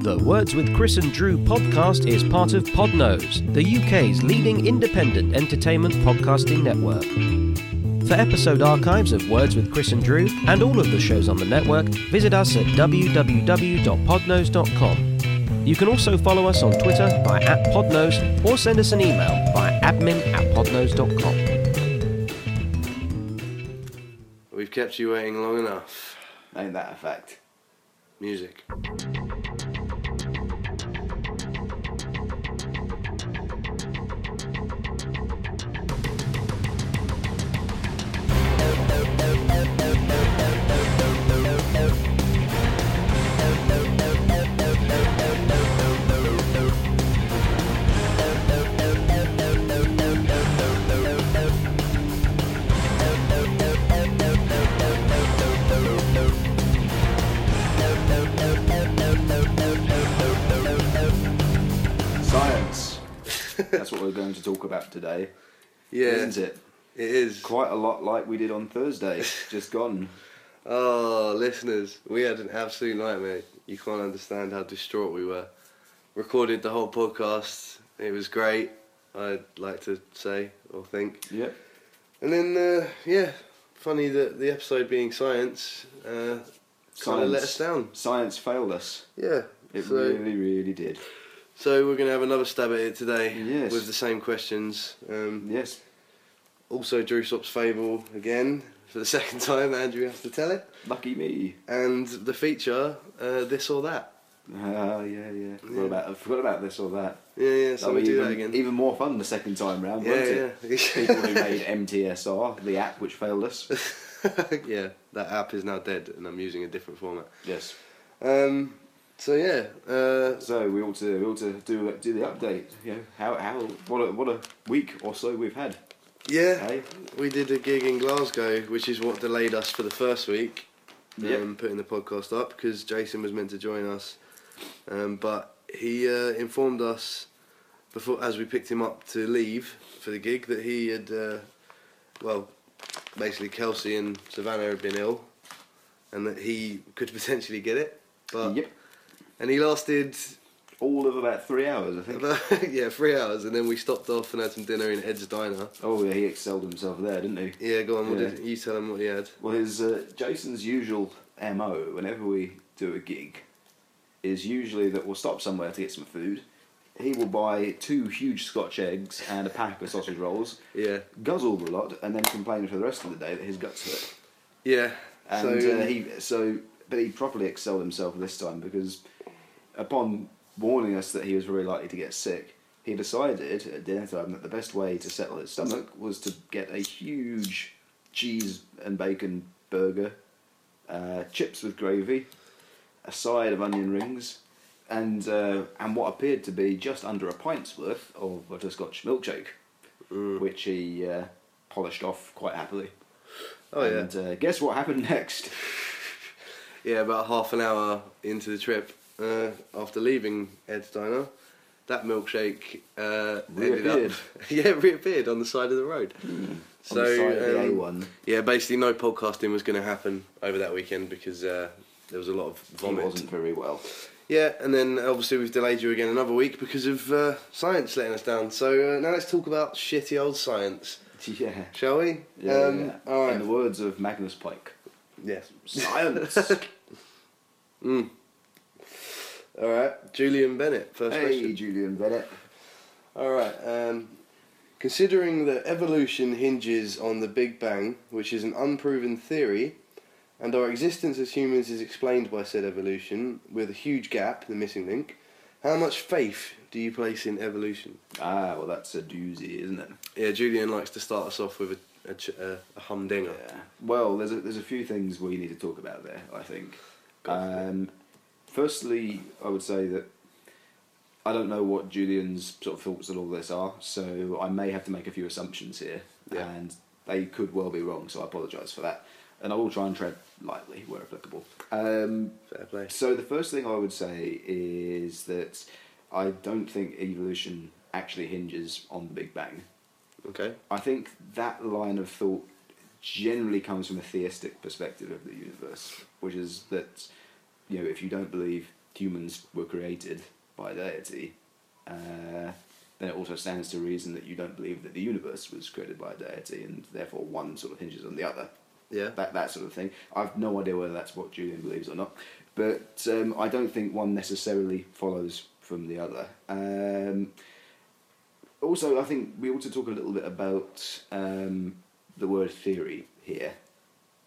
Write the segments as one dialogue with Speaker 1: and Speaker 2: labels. Speaker 1: The Words with Chris and Drew podcast is part of Podnose, the UK's leading independent entertainment podcasting network. For episode archives of Words with Chris and Drew and all of the shows on the network, visit us at www.podnose.com. You can also follow us on Twitter by at Podnose or send us an email by admin at podnose.com.
Speaker 2: We've kept you waiting long enough.
Speaker 3: Ain't that a fact?
Speaker 2: Music.
Speaker 3: Science. That's what we're going to talk about today,
Speaker 2: Yeah,
Speaker 3: isn't it?
Speaker 2: It is.
Speaker 3: Quite a lot like we did on Thursday, just gone.
Speaker 2: Oh, listeners, we had an absolute nightmare. You can't understand how distraught we were. Recorded the whole podcast. It was great. I'd like to say or think.
Speaker 3: Yep.
Speaker 2: And then, uh, yeah, funny that the episode being science uh, kind of
Speaker 3: Science.
Speaker 2: let us down.
Speaker 3: Science failed us.
Speaker 2: Yeah.
Speaker 3: It
Speaker 2: so,
Speaker 3: really, really did.
Speaker 2: so we're gonna have another stab at it today
Speaker 3: Yes.
Speaker 2: with the same questions. Um,
Speaker 3: Yes.
Speaker 2: Also, Drew Sop's fable again for the second time. Andrew, you have to tell it.
Speaker 3: Lucky me.
Speaker 2: And the feature, uh, this or that.
Speaker 3: Ah, yeah, yeah. Forgot
Speaker 2: Yeah.
Speaker 3: about, I forgot about this or that.
Speaker 2: Yeah, yeah. So
Speaker 3: That'll
Speaker 2: we
Speaker 3: be
Speaker 2: do
Speaker 3: even,
Speaker 2: that again.
Speaker 3: Even more fun the second time round, wasn't
Speaker 2: yeah,
Speaker 3: it? People
Speaker 2: yeah.
Speaker 3: who made MTSR, the app which failed us.
Speaker 2: yeah, that app is now dead, and I'm using a different format.
Speaker 3: Yes.
Speaker 2: Um, so yeah, uh,
Speaker 3: So we ought to we ought to do do the update. You know how how what a what a week or so we've had.
Speaker 2: yeah,
Speaker 3: Hey.
Speaker 2: we did a gig in Glasgow, which is what delayed us for the first week.
Speaker 3: Yep.
Speaker 2: Um, putting the podcast up because Jason was meant to join us, um, but he uh, informed us before as we picked him up to leave for the gig that he had, uh, well, basically Kelsey and Savannah had been ill, and that he could potentially get it. But
Speaker 3: yep.
Speaker 2: and he lasted
Speaker 3: All of about three hours, I think.
Speaker 2: about, yeah three hours, and then we stopped off and had some dinner in Ed's diner.
Speaker 3: Oh yeah, he excelled himself there, didn't he?
Speaker 2: Yeah, go on. What
Speaker 3: Yeah.
Speaker 2: did you tell him what he had?
Speaker 3: Well, his uh, Jason's usual mo whenever we do a gig is usually that we'll stop somewhere to get some food. He will buy two huge Scotch eggs and a pack of sausage rolls,
Speaker 2: Yeah,
Speaker 3: guzzle a lot, and then complain for the rest of the day that his guts hurt.
Speaker 2: yeah.
Speaker 3: And
Speaker 2: so
Speaker 3: uh, he so, but he properly excelled himself this time because, upon warning us that he was very likely to get sick, he decided at dinner time that the best way to settle his stomach was to get a huge cheese and bacon burger, uh, chips with gravy, a side of onion rings, and uh, and what appeared to be just under a pint's worth of butterscotch milkshake,
Speaker 2: Mm.
Speaker 3: which he uh, polished off quite happily.
Speaker 2: oh yeah.
Speaker 3: And uh, guess what happened next?
Speaker 2: Yeah, about half an hour into the trip, uh, after leaving Ed's Diner, that milkshake uh, ended
Speaker 3: Reappeared. Hmm.
Speaker 2: up yeah reappeared on the side of the road. So
Speaker 3: on the side of the
Speaker 2: um,
Speaker 3: A1.
Speaker 2: yeah, basically no podcasting was going to happen over that weekend because uh, there was a lot of
Speaker 3: It
Speaker 2: vomit.
Speaker 3: wasn't very well.
Speaker 2: Yeah, and then obviously we've delayed you again another week because of uh, science letting us down. So uh, now let's talk about shitty old science,
Speaker 3: Yeah.
Speaker 2: shall we?
Speaker 3: yeah,
Speaker 2: um,
Speaker 3: yeah.
Speaker 2: All
Speaker 3: In the
Speaker 2: right.
Speaker 3: words of Magnus Pike,
Speaker 2: Yes.
Speaker 3: science.
Speaker 2: All right. Julian Bennett. First question.
Speaker 3: hey, Julian Bennett.
Speaker 2: All right. Um, considering that evolution hinges on the Big Bang, which is an unproven theory, and our existence as humans is explained by said evolution with a huge gap, the missing link, how much faith do you place in evolution?
Speaker 3: Ah, well, that's a doozy, isn't it?
Speaker 2: Yeah, Julian likes to start us off with a, a, ch- a, a humdinger.
Speaker 3: Yeah. Well, there's a, there's a few things we need to talk about there. I think.
Speaker 2: Go for it.
Speaker 3: Um, firstly, I would say that I don't know what Julian's sort of thoughts on all this are, so I may have to make a few assumptions here,
Speaker 2: Yeah.
Speaker 3: and they could well be wrong. So I apologise for that, and I will try and tread lightly where applicable. Um,
Speaker 2: Fair play.
Speaker 3: So the first thing I would say is that I don't think evolution actually hinges on the Big Bang.
Speaker 2: Okay.
Speaker 3: I think that line of thought generally comes from a theistic perspective of the universe, which is that you know if you don't believe humans were created by a deity, uh, then it also stands to reason that you don't believe that the universe was created by a deity, and therefore one sort of hinges on the other.
Speaker 2: Yeah.
Speaker 3: That that sort of thing. I've no idea whether that's what Julian believes or not, but um, I don't think one necessarily follows from the other. Um, also, I think we ought to talk a little bit about um, the word theory here.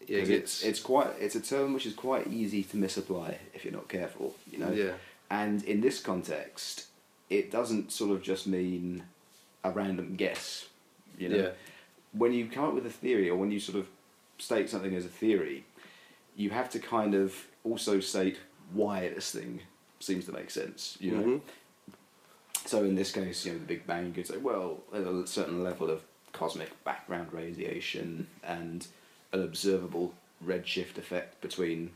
Speaker 2: Yeah,
Speaker 3: 'Cause
Speaker 2: it
Speaker 3: it's
Speaker 2: gets-
Speaker 3: it's quite it's a term which is quite easy to misapply if you're not careful, you know.
Speaker 2: Yeah.
Speaker 3: And in this context, it doesn't sort of just mean a random guess, you know.
Speaker 2: Yeah.
Speaker 3: When you come up with a theory or when you sort of state something as a theory, you have to kind of also state why this thing seems to make sense, you know.
Speaker 2: Mhm.
Speaker 3: So in this case, you know, the Big Bang, you could say, well, there's a certain level of cosmic background radiation and an observable redshift effect between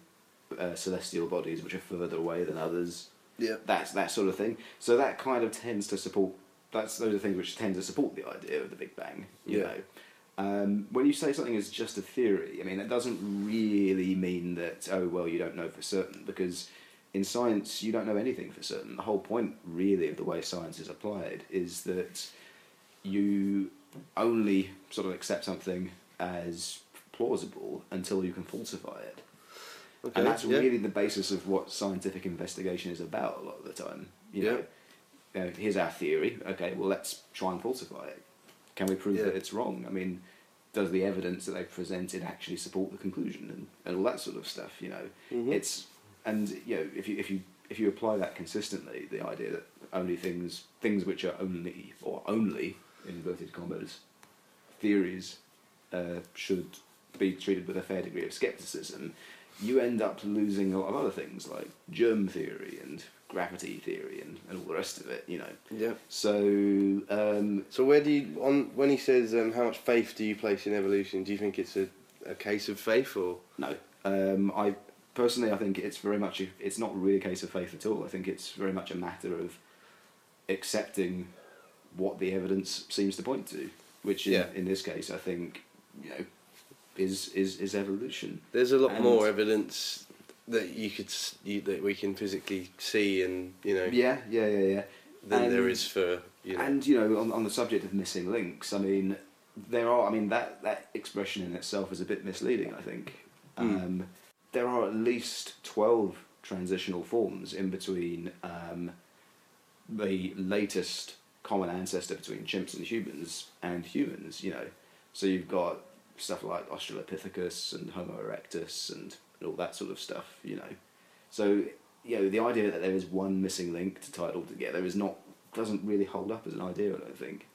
Speaker 3: uh, celestial bodies which are further away than others.
Speaker 2: Yeah.
Speaker 3: That's that sort of thing. So that kind of tends to support. That's those are things which tend to support the idea of the Big Bang. You
Speaker 2: Yeah.
Speaker 3: know, um, when you say something is just a theory, I mean that doesn't really mean that. Oh well, you don't know for certain because in science you don't know anything for certain. The whole point, really, of the way science is applied is that you only sort of accept something as plausible until you can falsify it.
Speaker 2: Okay.
Speaker 3: And that's
Speaker 2: yeah.
Speaker 3: really the basis of what scientific investigation is about a lot of the time. You
Speaker 2: Yeah.
Speaker 3: know, You know, Uh, here's our theory. Okay, well, let's try and falsify it. Can we prove
Speaker 2: Yeah.
Speaker 3: that it's wrong? I mean, does the evidence that they've presented actually support the conclusion and, and all that sort of stuff? You know,
Speaker 2: Mhm.
Speaker 3: it's and you know if you if you if you apply that consistently, the idea that only things things which are only or only in inverted commas theories uh, should be treated with a fair degree of skepticism, you end up losing a lot of other things like germ theory and gravity theory and, and all the rest of it, you know.
Speaker 2: Yeah.
Speaker 3: So, um,
Speaker 2: So where do you on when he says um, how much faith do you place in evolution? Do you think it's a, a case of faith or
Speaker 3: no. Um, I personally, I think it's very much, a, it's not really a case of faith at all. I think it's very much a matter of accepting what the evidence seems to point to, which in,
Speaker 2: Yeah.
Speaker 3: in this case, I think, you know, is, is, is evolution.
Speaker 2: there's a lot
Speaker 3: And-
Speaker 2: more evidence that you could s- you, that we can physically see and you know
Speaker 3: Yeah, yeah, yeah, yeah.
Speaker 2: than there
Speaker 3: And-
Speaker 2: is for you know
Speaker 3: And you know, on, on the subject of missing links, I mean, there are. I mean, that that expression in itself is a bit misleading. I think
Speaker 2: Hmm.
Speaker 3: um, there are at least twelve transitional forms in between um, the latest common ancestor between chimps and humans and humans. You know, so you've got stuff like Australopithecus and Homo erectus and, and all that sort of stuff. You know, so you know the idea that there is one missing link to tie it all together is not doesn't really hold up as an idea. I don't think.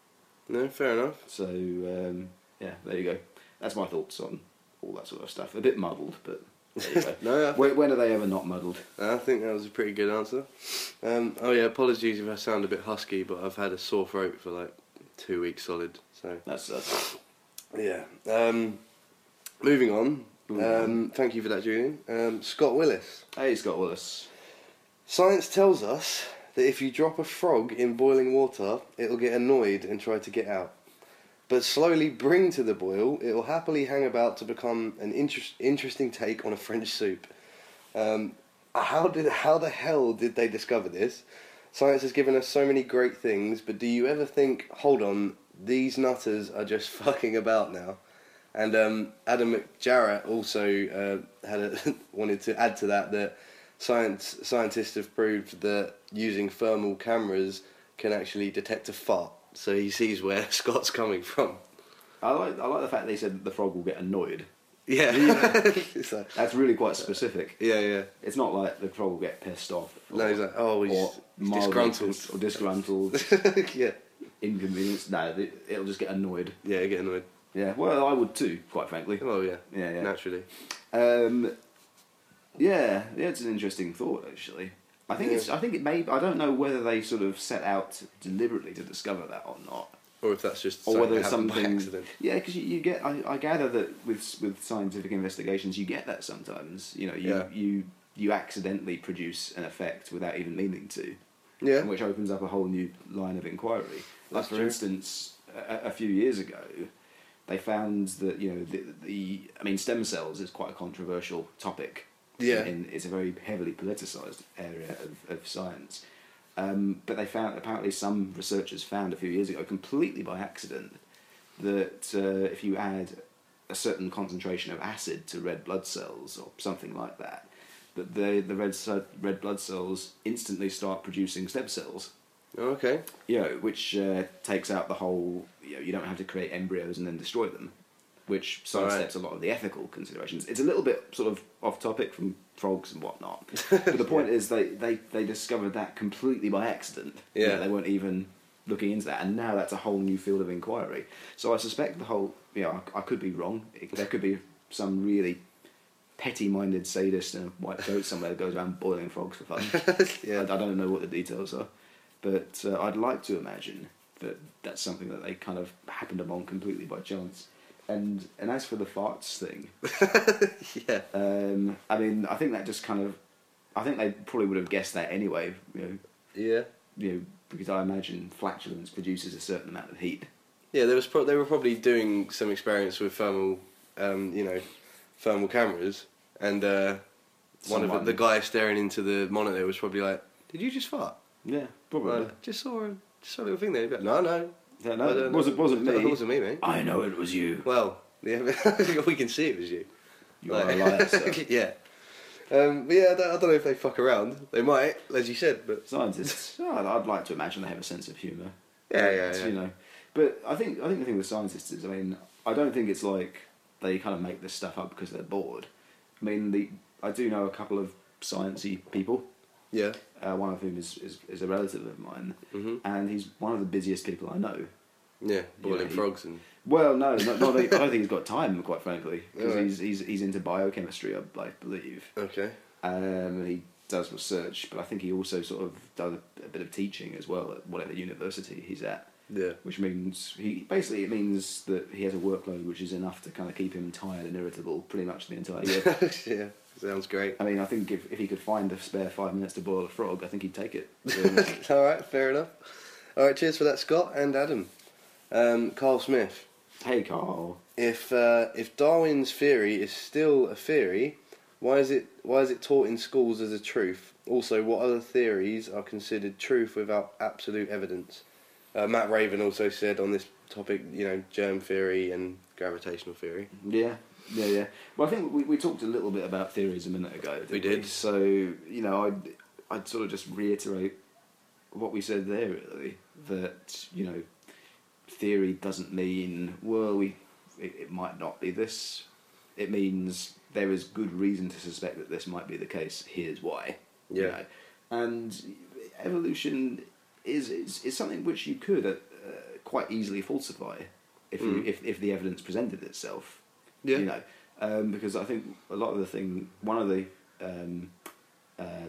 Speaker 2: no fair enough
Speaker 3: So um, yeah, there you go. That's my thoughts on all that sort of stuff. A bit muddled, but there you go.
Speaker 2: no I
Speaker 3: when, when are they ever not muddled?
Speaker 2: I think that was a pretty good answer. Um, oh yeah, apologies if I sound a bit husky, but I've had a sore throat for like two weeks solid. So
Speaker 3: That's that's
Speaker 2: yeah. Um, moving on.
Speaker 3: Moving
Speaker 2: Um, thank you for that, Julian. Um, Scott Willis.
Speaker 3: Hey, Scott Willis.
Speaker 2: Science tells us that if you drop a frog in boiling water, it'll get annoyed and try to get out. But slowly bring to the boil, it'll happily hang about to become an interest, interesting take on a French soup. Um, how did how the hell did they discover this? Science has given us so many great things, but do you ever think, hold on, these nutters are just fucking about now? And um, Adam McJarrett also uh, had a, wanted to add to that that science scientists have proved that using thermal cameras can actually detect a fart. So he sees where Scott's coming from.
Speaker 3: I like I like the fact they said that the frog will get annoyed.
Speaker 2: Yeah, It's like-
Speaker 3: That's really quite specific.
Speaker 2: yeah, yeah.
Speaker 3: It's not like the frog will get pissed off.
Speaker 2: No, he's like, oh, he's-
Speaker 3: or
Speaker 2: he's
Speaker 3: mildly
Speaker 2: disgruntled.
Speaker 3: pissed Or disgruntled,
Speaker 2: yeah,
Speaker 3: inconvenienced. No, th- it'll just get annoyed.
Speaker 2: yeah, get annoyed.
Speaker 3: Yeah, well, I would too, quite frankly.
Speaker 2: Oh yeah,
Speaker 3: Yeah, yeah.
Speaker 2: naturally.
Speaker 3: Um, yeah, yeah, it's an interesting thought actually. I think it's. I think it may. I don't know whether they sort of set out deliberately to discover that or not,
Speaker 2: Or if that's just
Speaker 3: or whether
Speaker 2: that
Speaker 3: it's
Speaker 2: happened by
Speaker 3: something.
Speaker 2: accident.
Speaker 3: Yeah, because you, you get. I, I gather that with with scientific investigations, you get that sometimes. You know, you
Speaker 2: Yeah.
Speaker 3: you you accidentally produce an effect without even meaning to
Speaker 2: Yeah,
Speaker 3: and which opens up a whole new line of inquiry. Like
Speaker 2: That's
Speaker 3: for
Speaker 2: true.
Speaker 3: instance, a, a few years ago, they found that you know the, the I mean, stem cells is quite a controversial topic
Speaker 2: Yeah.
Speaker 3: in, it's a very heavily politicised area of, of science. Um, but they found apparently some researchers found a few years ago, completely by accident, that uh, if you add a certain concentration of acid to red blood cells or something like that, that the the red ce- red blood cells instantly start producing stem cells.
Speaker 2: Oh, okay.
Speaker 3: You know, which uh, takes out the whole. You know, you don't have to create embryos and then destroy them, which sidesteps
Speaker 2: Right.
Speaker 3: a lot of the ethical considerations. It's a little bit sort of off topic from frogs and whatnot, but the point is they, they they discovered that completely by accident. You know,
Speaker 2: Yeah.
Speaker 3: they weren't even looking into that, and now that's a whole new field of inquiry. So I suspect the whole. You know, I, I could be wrong. It, there could be some really petty-minded sadist in a white coat somewhere that goes around boiling frogs for fun.
Speaker 2: Yeah.
Speaker 3: I, I don't know what the details are, but uh, I'd like to imagine that that's something that they kind of happened upon completely by chance. And and as for the farts thing,
Speaker 2: Yeah.
Speaker 3: um, I mean, I think that just kind of, I think they probably would have guessed that anyway. You know,
Speaker 2: Yeah.
Speaker 3: you know, because I imagine flatulence produces a certain amount of heat.
Speaker 2: Yeah, there was pro- they were probably doing some experiments with thermal, um, you know, thermal cameras, and uh, one of
Speaker 3: Someone-
Speaker 2: the, the guy staring into the monitor was probably like, "Did you just fart?
Speaker 3: Yeah, probably.
Speaker 2: Like, just saw a just saw a little thing there." He'd be like, no, no,
Speaker 3: Yeah,
Speaker 2: I
Speaker 3: no,
Speaker 2: don't
Speaker 3: it wasn't
Speaker 2: know.
Speaker 3: wasn't me.
Speaker 2: It wasn't me, mate.
Speaker 3: Uh, I know it was you.
Speaker 2: Well, yeah, we can see it was you.
Speaker 3: You are a liar, sir.
Speaker 2: yeah. Um, but yeah, I don't, I don't know if they fuck around. They might, as you said, but
Speaker 3: scientists. oh, I'd- I'd like to imagine they have a sense of humour.
Speaker 2: Yeah, yeah,
Speaker 3: It's,
Speaker 2: yeah.
Speaker 3: You know, but I think I think the thing with scientists is, I mean, I don't think it's like they kind of make this stuff up because they're bored. I mean, the I do know a couple of sciencey people.
Speaker 2: yeah,
Speaker 3: Uh, one of whom is, is, is a relative of mine,
Speaker 2: Mhm.
Speaker 3: and he's one of the busiest people I know.
Speaker 2: yeah, boiling
Speaker 3: Yeah, he-
Speaker 2: frogs and
Speaker 3: Well, no, not, not, I don't think he's got time, quite frankly, because
Speaker 2: Alright.
Speaker 3: he's, he's he's into biochemistry, I, I believe.
Speaker 2: okay,
Speaker 3: Um, he does research, but I think he also sort of does a, a bit of teaching as well at whatever university he's at,
Speaker 2: yeah,
Speaker 3: which means he basically it means that he has a workload which is enough to kind of keep him tired and irritable pretty much the entire year.
Speaker 2: yeah, sounds great.
Speaker 3: I mean, I think if, if he could find a spare five minutes to boil a frog, I think he'd take it. Um, to be honest.
Speaker 2: All right, fair enough. All right, cheers for that, Scott and Adam. Um, Carl Smith.
Speaker 3: hey, Carl.
Speaker 2: If uh, if Darwin's theory is still a theory, why is it why is it taught in schools as a truth? Also, what other theories are considered truth without absolute evidence? Uh, Matt Raven also said on this topic, you know, germ theory and gravitational theory.
Speaker 3: Yeah, yeah, yeah. Well, I think we, we talked a little bit about theories a minute ago. didn't
Speaker 2: We did.
Speaker 3: So you know, I'd I'd sort of just reiterate what we said there. Really, that you know, theory doesn't mean well we it, it might not be this. It means there is good reason to suspect that this might be the case. Here's why. you
Speaker 2: Yeah.
Speaker 3: know. And evolution is, is is something which you could uh, uh, quite easily falsify if you,
Speaker 2: Mm.
Speaker 3: if if the evidence presented itself
Speaker 2: Yeah.
Speaker 3: you know, um, because I think a lot of the thing, one of the um, uh,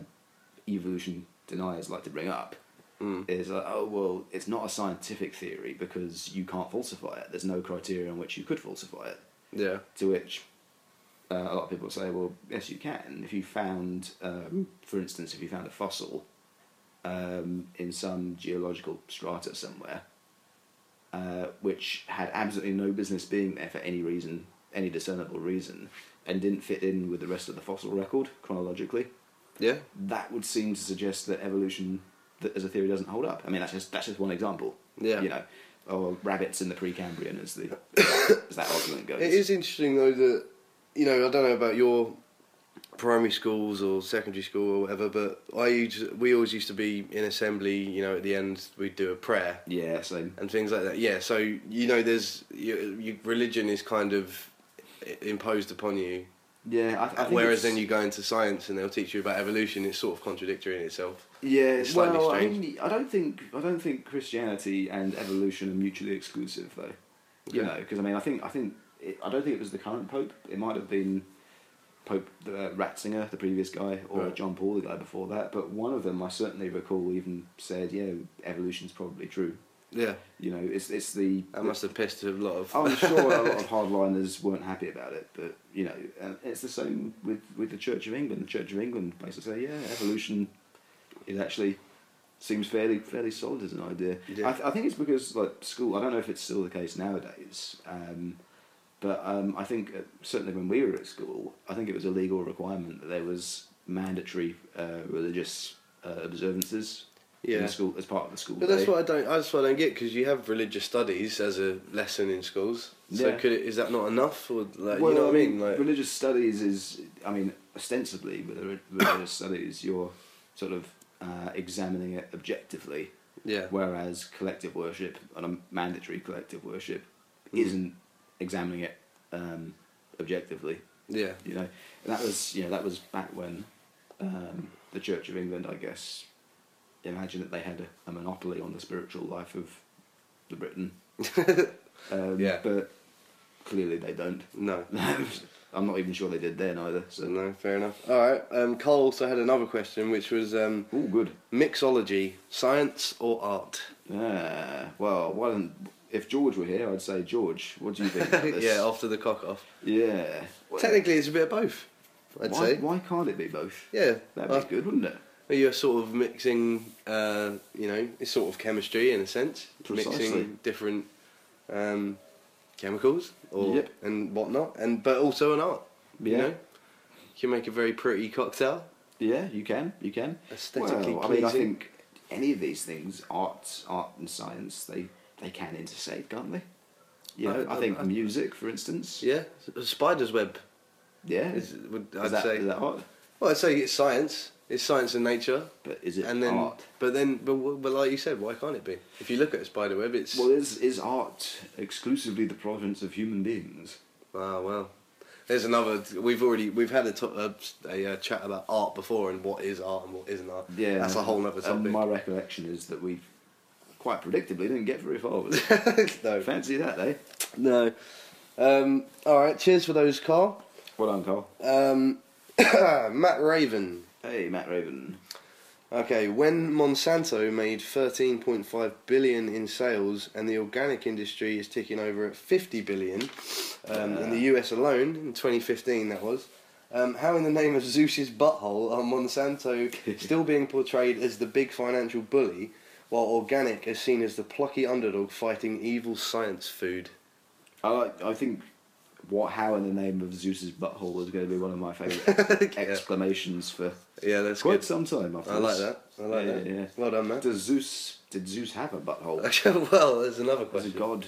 Speaker 3: evolution deniers like to bring up
Speaker 2: Mm.
Speaker 3: is, uh, oh well, it's not a scientific theory because you can't falsify it. There's no criteria on which you could falsify it.
Speaker 2: Yeah.
Speaker 3: To which uh, a lot of people say, well, yes, you can. If you found, um, for instance, if you found a fossil um, in some geological strata somewhere, uh, which had absolutely no business being there for any reason, any discernible reason, and didn't fit in with the rest of the fossil record chronologically,
Speaker 2: Yeah.
Speaker 3: that would seem to suggest that evolution th as a theory doesn't hold up. I mean, that's just that's just one example.
Speaker 2: Yeah.
Speaker 3: You know, or rabbits in the Precambrian, as the as that argument goes.
Speaker 2: It is interesting though that you know I don't know about your primary schools or secondary school or whatever, but I used we always used to be in assembly. You know, at the end we'd do a prayer
Speaker 3: Yeah, so
Speaker 2: and things like that. Yeah, so you know, there's you, you, religion is kind of i- imposed upon you,
Speaker 3: yeah, I, I think
Speaker 2: whereas
Speaker 3: it's-
Speaker 2: then you go into science and they'll teach you about evolution. It's sort of contradictory in itself.
Speaker 3: yeah.
Speaker 2: it's slightly
Speaker 3: well, I,
Speaker 2: strange.
Speaker 3: mean, I don't think I don't think Christianity and evolution are mutually exclusive though. You
Speaker 2: Okay.
Speaker 3: know, because I mean, I think I think it, I don't think it was the current pope. It might have been Pope uh, Ratzinger, the previous guy, or
Speaker 2: Right.
Speaker 3: John Paul, the guy before that. But one of them, I certainly recall, even said, "Yeah, evolution's probably true."
Speaker 2: Yeah, Oh,
Speaker 3: You know, it's it's the
Speaker 2: that must have pissed a lot of.
Speaker 3: Oh, I'm sure a lot of hardliners weren't happy about it, but you know, and it's the same with, with the Church of England. The Church of England basically say, yeah, evolution is actually seems fairly fairly solid as an idea.
Speaker 2: Yeah.
Speaker 3: I, th- I think it's because like school. I don't know if it's still the case nowadays. Um, But um, I think uh, certainly when we were at school, I think it was a legal requirement that there was mandatory uh, religious uh, observances in
Speaker 2: Yeah.
Speaker 3: the school as part of the school.
Speaker 2: But that's
Speaker 3: day.
Speaker 2: what I don't. That's what I don't get because you have religious studies as a lesson in schools. So
Speaker 3: Yeah.
Speaker 2: could it, is that not enough? Or like,
Speaker 3: well,
Speaker 2: you know what I mean? Like,
Speaker 3: religious studies is, I mean, ostensibly with re- religious studies, you're sort of uh, examining it objectively,
Speaker 2: yeah,
Speaker 3: whereas collective worship and a mandatory collective worship
Speaker 2: Mhm.
Speaker 3: isn't examining it um, objectively.
Speaker 2: yeah,
Speaker 3: You know, and that was you know that was back when um, the Church of England, I guess, imagine that they had a, a monopoly on the spiritual life of the Britain. um,
Speaker 2: Yeah.
Speaker 3: but clearly they don't.
Speaker 2: no.
Speaker 3: I'm not even sure they did then either.
Speaker 2: So
Speaker 3: So,
Speaker 2: no, fair enough. All right. Um, Cole also had another question, which was um,
Speaker 3: all good.
Speaker 2: mixology, science or art?
Speaker 3: Yeah. Well, why don't, if George were here, I'd say George. What do you think about this?
Speaker 2: yeah, after the cock off.
Speaker 3: Yeah.
Speaker 2: Technically, it's a bit of both. I'd
Speaker 3: why,
Speaker 2: say.
Speaker 3: why can't it be both?
Speaker 2: Yeah,
Speaker 3: That'd be
Speaker 2: uh,
Speaker 3: good, wouldn't it?
Speaker 2: You're sort of mixing, uh, you know, it's sort of chemistry in a sense,
Speaker 3: Precisely.
Speaker 2: mixing different um, chemicals or
Speaker 3: Yep.
Speaker 2: and whatnot, and but also an art. You
Speaker 3: Yeah.
Speaker 2: know, you can make a very pretty cocktail.
Speaker 3: Yeah, you can. You can.
Speaker 2: Aesthetically
Speaker 3: well, I mean, I
Speaker 2: pleasing.
Speaker 3: think any of these things, arts, art and science, they they can intersect, can't they? You know,
Speaker 2: I-
Speaker 3: I, think
Speaker 2: I-
Speaker 3: music, for instance.
Speaker 2: Yeah, a spider's web.
Speaker 3: Yeah.
Speaker 2: Is, would,
Speaker 3: Is
Speaker 2: I'd
Speaker 3: that,
Speaker 2: say.
Speaker 3: is that art?
Speaker 2: Well, I'd say it's science. It's science and nature.
Speaker 3: But is it
Speaker 2: and then,
Speaker 3: art?
Speaker 2: but then, but, w- but like you said, why can't it be? If you look at a spider web, it's
Speaker 3: Well, is is art exclusively the province of human beings?
Speaker 2: Ah well, there's another. We've already we've had a to- a, a, uh chat about art before and what is art and what isn't art.
Speaker 3: Yeah, Um,
Speaker 2: that's a whole other
Speaker 3: And
Speaker 2: topic.
Speaker 3: my recollection is that we, quite predictably, didn't get very far with it.
Speaker 2: no,
Speaker 3: Fancy that, eh?
Speaker 2: no. Um, all right, cheers for those, Carl.
Speaker 3: Well done, Carl.
Speaker 2: Um, Matt Raven.
Speaker 3: Hey, Matt Raven.
Speaker 2: Okay, when Monsanto made 13.5 billion in sales and the organic industry is ticking over at 50 billion um, in the US alone in 2015, that was. Um, how in the name of Zeus's butthole are Monsanto still being portrayed as the big financial bully, while organic is seen as the plucky underdog fighting evil science food?
Speaker 3: I like, I think what how in the name of Zeus's butthole is going to be one of my favourite exclamations for
Speaker 2: Yeah, that's
Speaker 3: quite
Speaker 2: good.
Speaker 3: some time. After
Speaker 2: I like
Speaker 3: this.
Speaker 2: that. I like
Speaker 3: yeah,
Speaker 2: that.
Speaker 3: Yeah.
Speaker 2: Well done, Matt.
Speaker 3: Does Zeus did Zeus have a butthole?
Speaker 2: well, there's another
Speaker 3: As a
Speaker 2: question.
Speaker 3: god,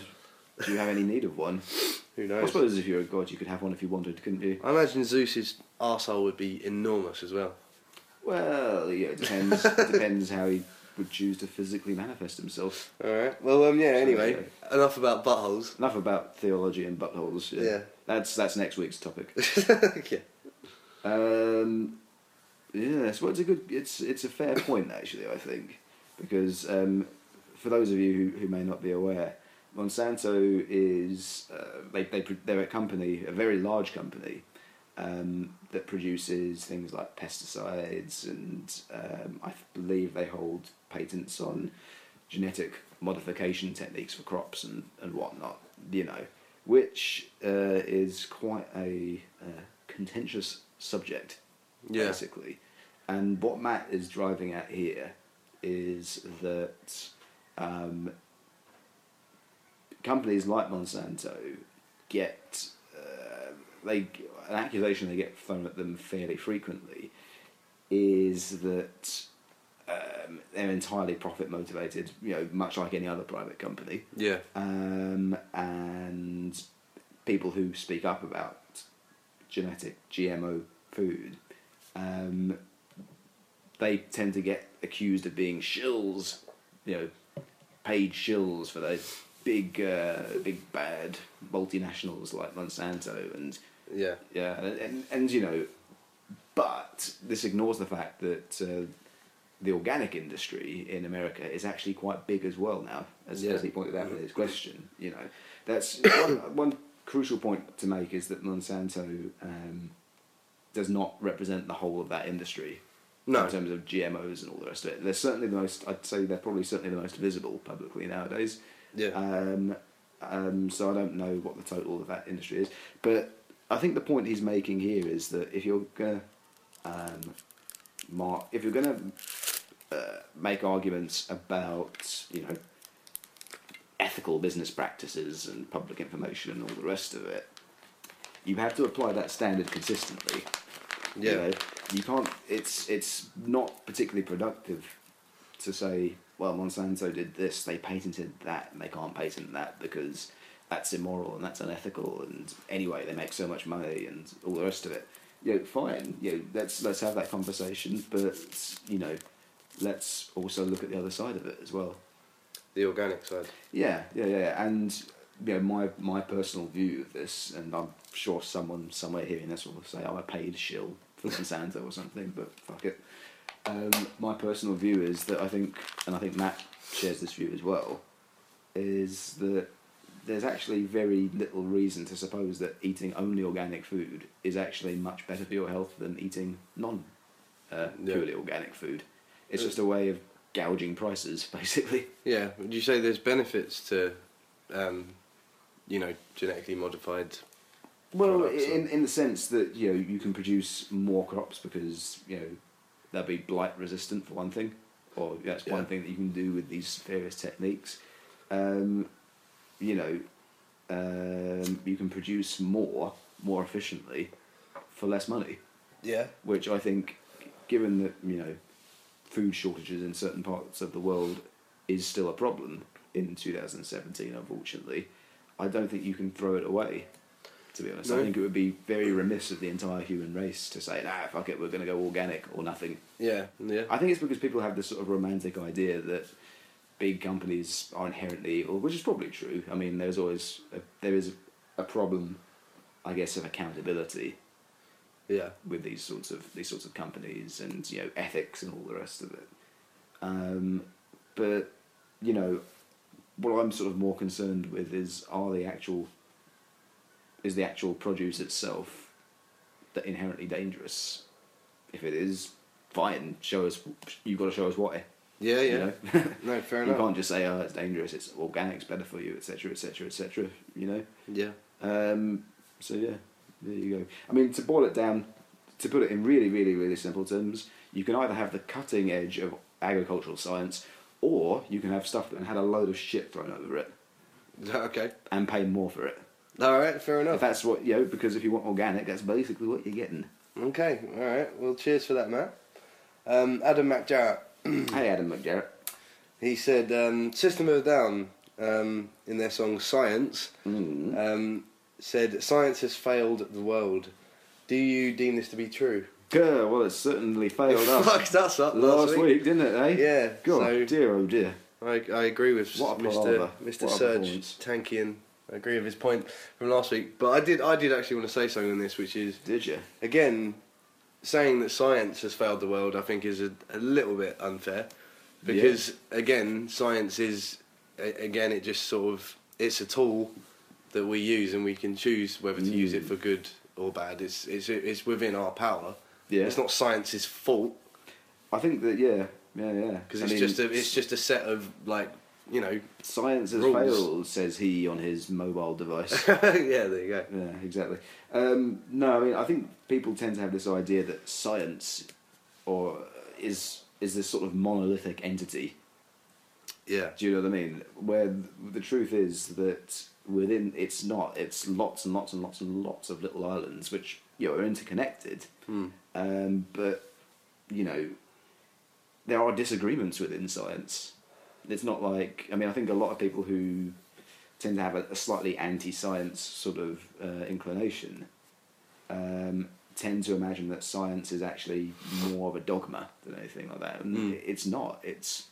Speaker 3: do you have any need of one?
Speaker 2: Who
Speaker 3: I
Speaker 2: knows?
Speaker 3: suppose if you're a god, you could have one if you wanted, couldn't you?
Speaker 2: I imagine Zeus's arsehole would be enormous as well.
Speaker 3: Well, yeah, it depends. depends how he would choose to physically manifest himself.
Speaker 2: All right. Well, um, yeah. Anyway,
Speaker 3: Okay.
Speaker 2: enough about buttholes.
Speaker 3: Enough about theology and buttholes. Yeah,
Speaker 2: Yeah.
Speaker 3: that's that's next week's topic.
Speaker 2: yeah.
Speaker 3: Um, yes, well, it's a good. It's it's a fair point actually. I think because um, for those of you who, who may not be aware, Monsanto is uh, they they pro- they're a company, a very large company. Um, that produces things like pesticides, and um, I believe they hold patents on genetic modification techniques for crops and, and whatnot, you know, which uh, is quite a uh, contentious subject,
Speaker 2: Yeah.
Speaker 3: basically. And what Matt is driving at here is that um, companies like Monsanto get uh, they an accusation they get thrown at them fairly frequently is that um, they're entirely profit motivated, you know, much like any other private company.
Speaker 2: Yeah.
Speaker 3: Um, and people who speak up about genetic GMO food, um, they tend to get accused of being shills, you know, paid shills for those big, uh, big bad multinationals like Monsanto and
Speaker 2: Yeah.
Speaker 3: yeah, and, and, and you know, but this ignores the fact that uh, the organic industry in America is actually quite big as well now, as,
Speaker 2: Yeah. Mm-hmm.
Speaker 3: as he pointed out in his question. You know, that's one, one crucial point to make is that Monsanto um, does not represent the whole of that industry.
Speaker 2: No.
Speaker 3: In terms of GMOs and all the rest of it, they're certainly the most. I'd say they're probably certainly the most visible publicly nowadays.
Speaker 2: Yeah.
Speaker 3: Um, um, so I don't know what the total of that industry is, but I think the point he's making here is that if you're gonna um, mark, if you're gonna uh, make arguments about you know ethical business practices and public information and all the rest of it, you have to apply that standard consistently.
Speaker 2: Yeah.
Speaker 3: You, know, you can't. It's it's not particularly productive to say, well, Monsanto did this, they patented that, and they can't patent that because that's immoral and that's unethical, and anyway, they make so much money and all the rest of it. You know, fine. You know, let's let's have that conversation, but you know, let's also look at the other side of it as well.
Speaker 2: The organic side.
Speaker 3: Yeah, yeah, yeah, yeah. And you know, my my personal view of this, and I'm sure someone somewhere hearing this will say I'm a paid shill for Monsanto or something, but fuck it. Um, my personal view is that I think, and I think Matt shares this view as well, is that there's actually very little reason to suppose that eating only organic food is actually much better for your health than eating non uh,
Speaker 2: Yeah.
Speaker 3: purely organic food. It's
Speaker 2: Yeah.
Speaker 3: just a way of gouging prices, basically.
Speaker 2: Yeah. Would you say there's benefits to, um, you know, genetically modified?
Speaker 3: Well,
Speaker 2: products
Speaker 3: in,
Speaker 2: or-
Speaker 3: in the sense that you know you can produce more crops because you know they'll be blight resistant for one thing, or that's one
Speaker 2: Yeah.
Speaker 3: thing that you can do with these various techniques. Um, you know, um, you can produce more more efficiently for less money,
Speaker 2: Yeah.
Speaker 3: which I think, given that you know, food shortages in certain parts of the world is still a problem in 2017. Unfortunately, I don't think you can throw it away to be honest. I
Speaker 2: No.
Speaker 3: think it would be very remiss of the entire human race to say, nah, fuck it, we're going to go organic or nothing.
Speaker 2: Yeah. Yeah.
Speaker 3: I think it's because people have this sort of romantic idea that big companies are inherently evil, which is probably true. I mean, there's always, a, there is a problem, I guess, of accountability
Speaker 2: yeah.
Speaker 3: with these sorts of these sorts of companies and you know ethics and all the rest of it. Um, but you know, what I'm sort of more concerned with is are the actual is the actual produce itself that inherently dangerous? If it is, fine. Show us. You've got to show us why.
Speaker 2: Yeah. Yeah.
Speaker 3: you know?
Speaker 2: No, fair
Speaker 3: you
Speaker 2: enough.
Speaker 3: can't just say, "Oh, it's dangerous. It's organic's better for you," etc., etc., etc. You know.
Speaker 2: Yeah.
Speaker 3: Um, so yeah, there you go. I mean, to boil it down, to put it in really, really, really simple terms, you can either have the cutting edge of agricultural science, or you can have stuff that had a load of shit thrown over it
Speaker 2: Okay.
Speaker 3: and pay more for it.
Speaker 2: All right. Fair
Speaker 3: If
Speaker 2: enough.
Speaker 3: that's what you know, because if you want organic, that's basically what you're getting.
Speaker 2: Okay. All right. Well, cheers for that, Matt. Um, Adam McJarrett.
Speaker 3: hey, Adam McGarrett.
Speaker 2: He said um, System of a Down um, in their song Science
Speaker 3: Mm.
Speaker 2: um, said science has failed the world. Do you deem this to be true?
Speaker 3: Good. Well, it certainly failed
Speaker 2: It
Speaker 3: us
Speaker 2: fucked us up last,
Speaker 3: last week. didn't it? Eh?
Speaker 2: Yeah,
Speaker 3: God,
Speaker 2: so-
Speaker 3: dear, oh dear.
Speaker 2: I, I agree with
Speaker 3: What a
Speaker 2: Mr.
Speaker 3: palaver.
Speaker 2: Mr.
Speaker 3: What a
Speaker 2: Serge
Speaker 3: performance.
Speaker 2: Tankian. I agree with his point from last week. But I did I did actually want to say something on this, which is
Speaker 3: Did you?
Speaker 2: again saying that science has failed the world. I think is a, a little bit unfair because again science is a- again it just sort of it's a tool that we use and we can choose whether to use it
Speaker 3: Mm.
Speaker 2: for good or bad. It's it's it's within our power.
Speaker 3: Yeah.
Speaker 2: It's not science's fault
Speaker 3: I think that yeah, yeah, yeah.
Speaker 2: because
Speaker 3: I
Speaker 2: it's
Speaker 3: mean,
Speaker 2: just a it's just a set of like you know
Speaker 3: Science has
Speaker 2: Rules.
Speaker 3: failed, says he on his mobile device.
Speaker 2: yeah there you go
Speaker 3: yeah, exactly. Um, no, I mean, I think people tend to have this idea that science, or is is this sort of monolithic entity.
Speaker 2: yeah
Speaker 3: Do you know what I mean? Where th- the truth is that within it's not. It's lots and lots and lots and lots of little islands which you know, are interconnected.
Speaker 2: Hmm.
Speaker 3: Um, but you know, there are disagreements within science. It's not like I mean I think a lot of people who tend to have a, a slightly anti-science sort of uh, inclination um, tend to imagine that science is actually more of a dogma than anything like that. And
Speaker 2: Mm.
Speaker 3: it- It's not. It's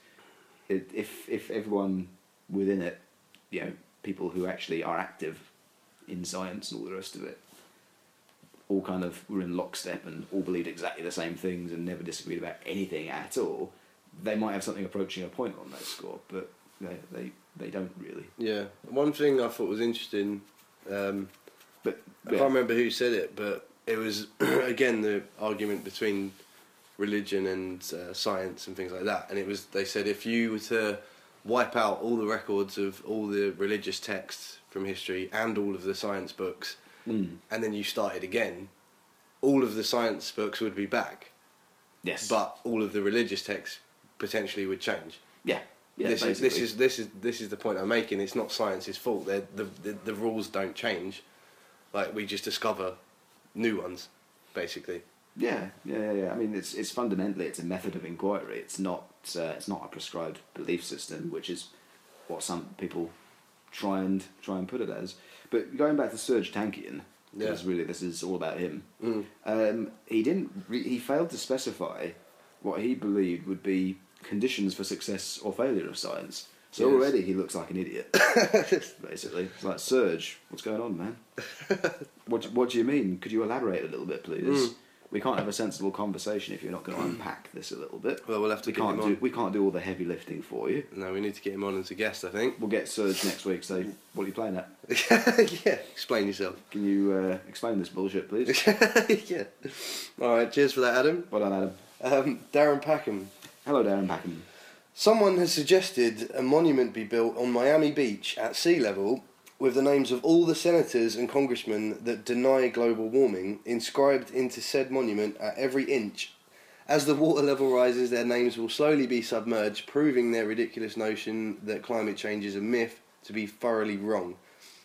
Speaker 3: it, if if everyone within it, you know, people who actually are active in science and all the rest of it, all kind of were in lockstep and all believed exactly the same things and never disagreed about anything at all, they might have something approaching a point on that score, but they they, they don't really.
Speaker 2: yeah one thing I thought was interesting. Um,
Speaker 3: But
Speaker 2: I
Speaker 3: yeah,
Speaker 2: can't remember who said it, but it was again the argument between religion and uh, science and things like that. And it was they said if you were to wipe out all the records of all the religious texts from history and all of the science books,
Speaker 3: mm,
Speaker 2: and then you started again, all of the science books would be back,
Speaker 3: yes,
Speaker 2: but all of the religious texts potentially would change.
Speaker 3: yeah, yeah,
Speaker 2: this, is, this
Speaker 3: basically.
Speaker 2: is this is this is the point I'm making. It's not science's fault. They're, the, the the rules don't change. Like we just discover new ones, basically.
Speaker 3: Yeah, yeah, yeah, yeah. I mean, it's it's fundamentally it's a method of inquiry. It's not uh, it's not a prescribed belief system, which is what some people try and try and put it as. But going back to Serge Tankian,
Speaker 2: Yeah. Mm.
Speaker 3: because really this is all about him. Um, he didn't. Re- he failed to specify what he believed would be conditions for success or failure of science. So
Speaker 2: Yes.
Speaker 3: already he looks like an idiot. basically, it's like Serge, what's going on, man? What, what do you mean? Could you elaborate a little bit, please?
Speaker 2: Hmm.
Speaker 3: We can't have a sensible conversation if you're not going to unpack this a little bit.
Speaker 2: Well, we'll have to
Speaker 3: we
Speaker 2: get
Speaker 3: can't
Speaker 2: him on.
Speaker 3: do we can't do all the heavy lifting for you.
Speaker 2: No, we need to get him on as a guest, I think.
Speaker 3: We'll get Serge next week. So, what are you playing at?
Speaker 2: yeah, explain yourself.
Speaker 3: Can you uh, explain this bullshit, please?
Speaker 2: yeah. All right. Cheers for that, Adam.
Speaker 3: well done, Adam.
Speaker 2: Um, Darren Packham.
Speaker 3: Hello, Darren Packham.
Speaker 2: Someone has suggested a monument be built on Miami Beach at sea level with the names of all the senators and congressmen that deny global warming inscribed into said monument at every inch. As the water level rises, their names will slowly be submerged, proving their ridiculous notion that climate change is a myth to be thoroughly wrong.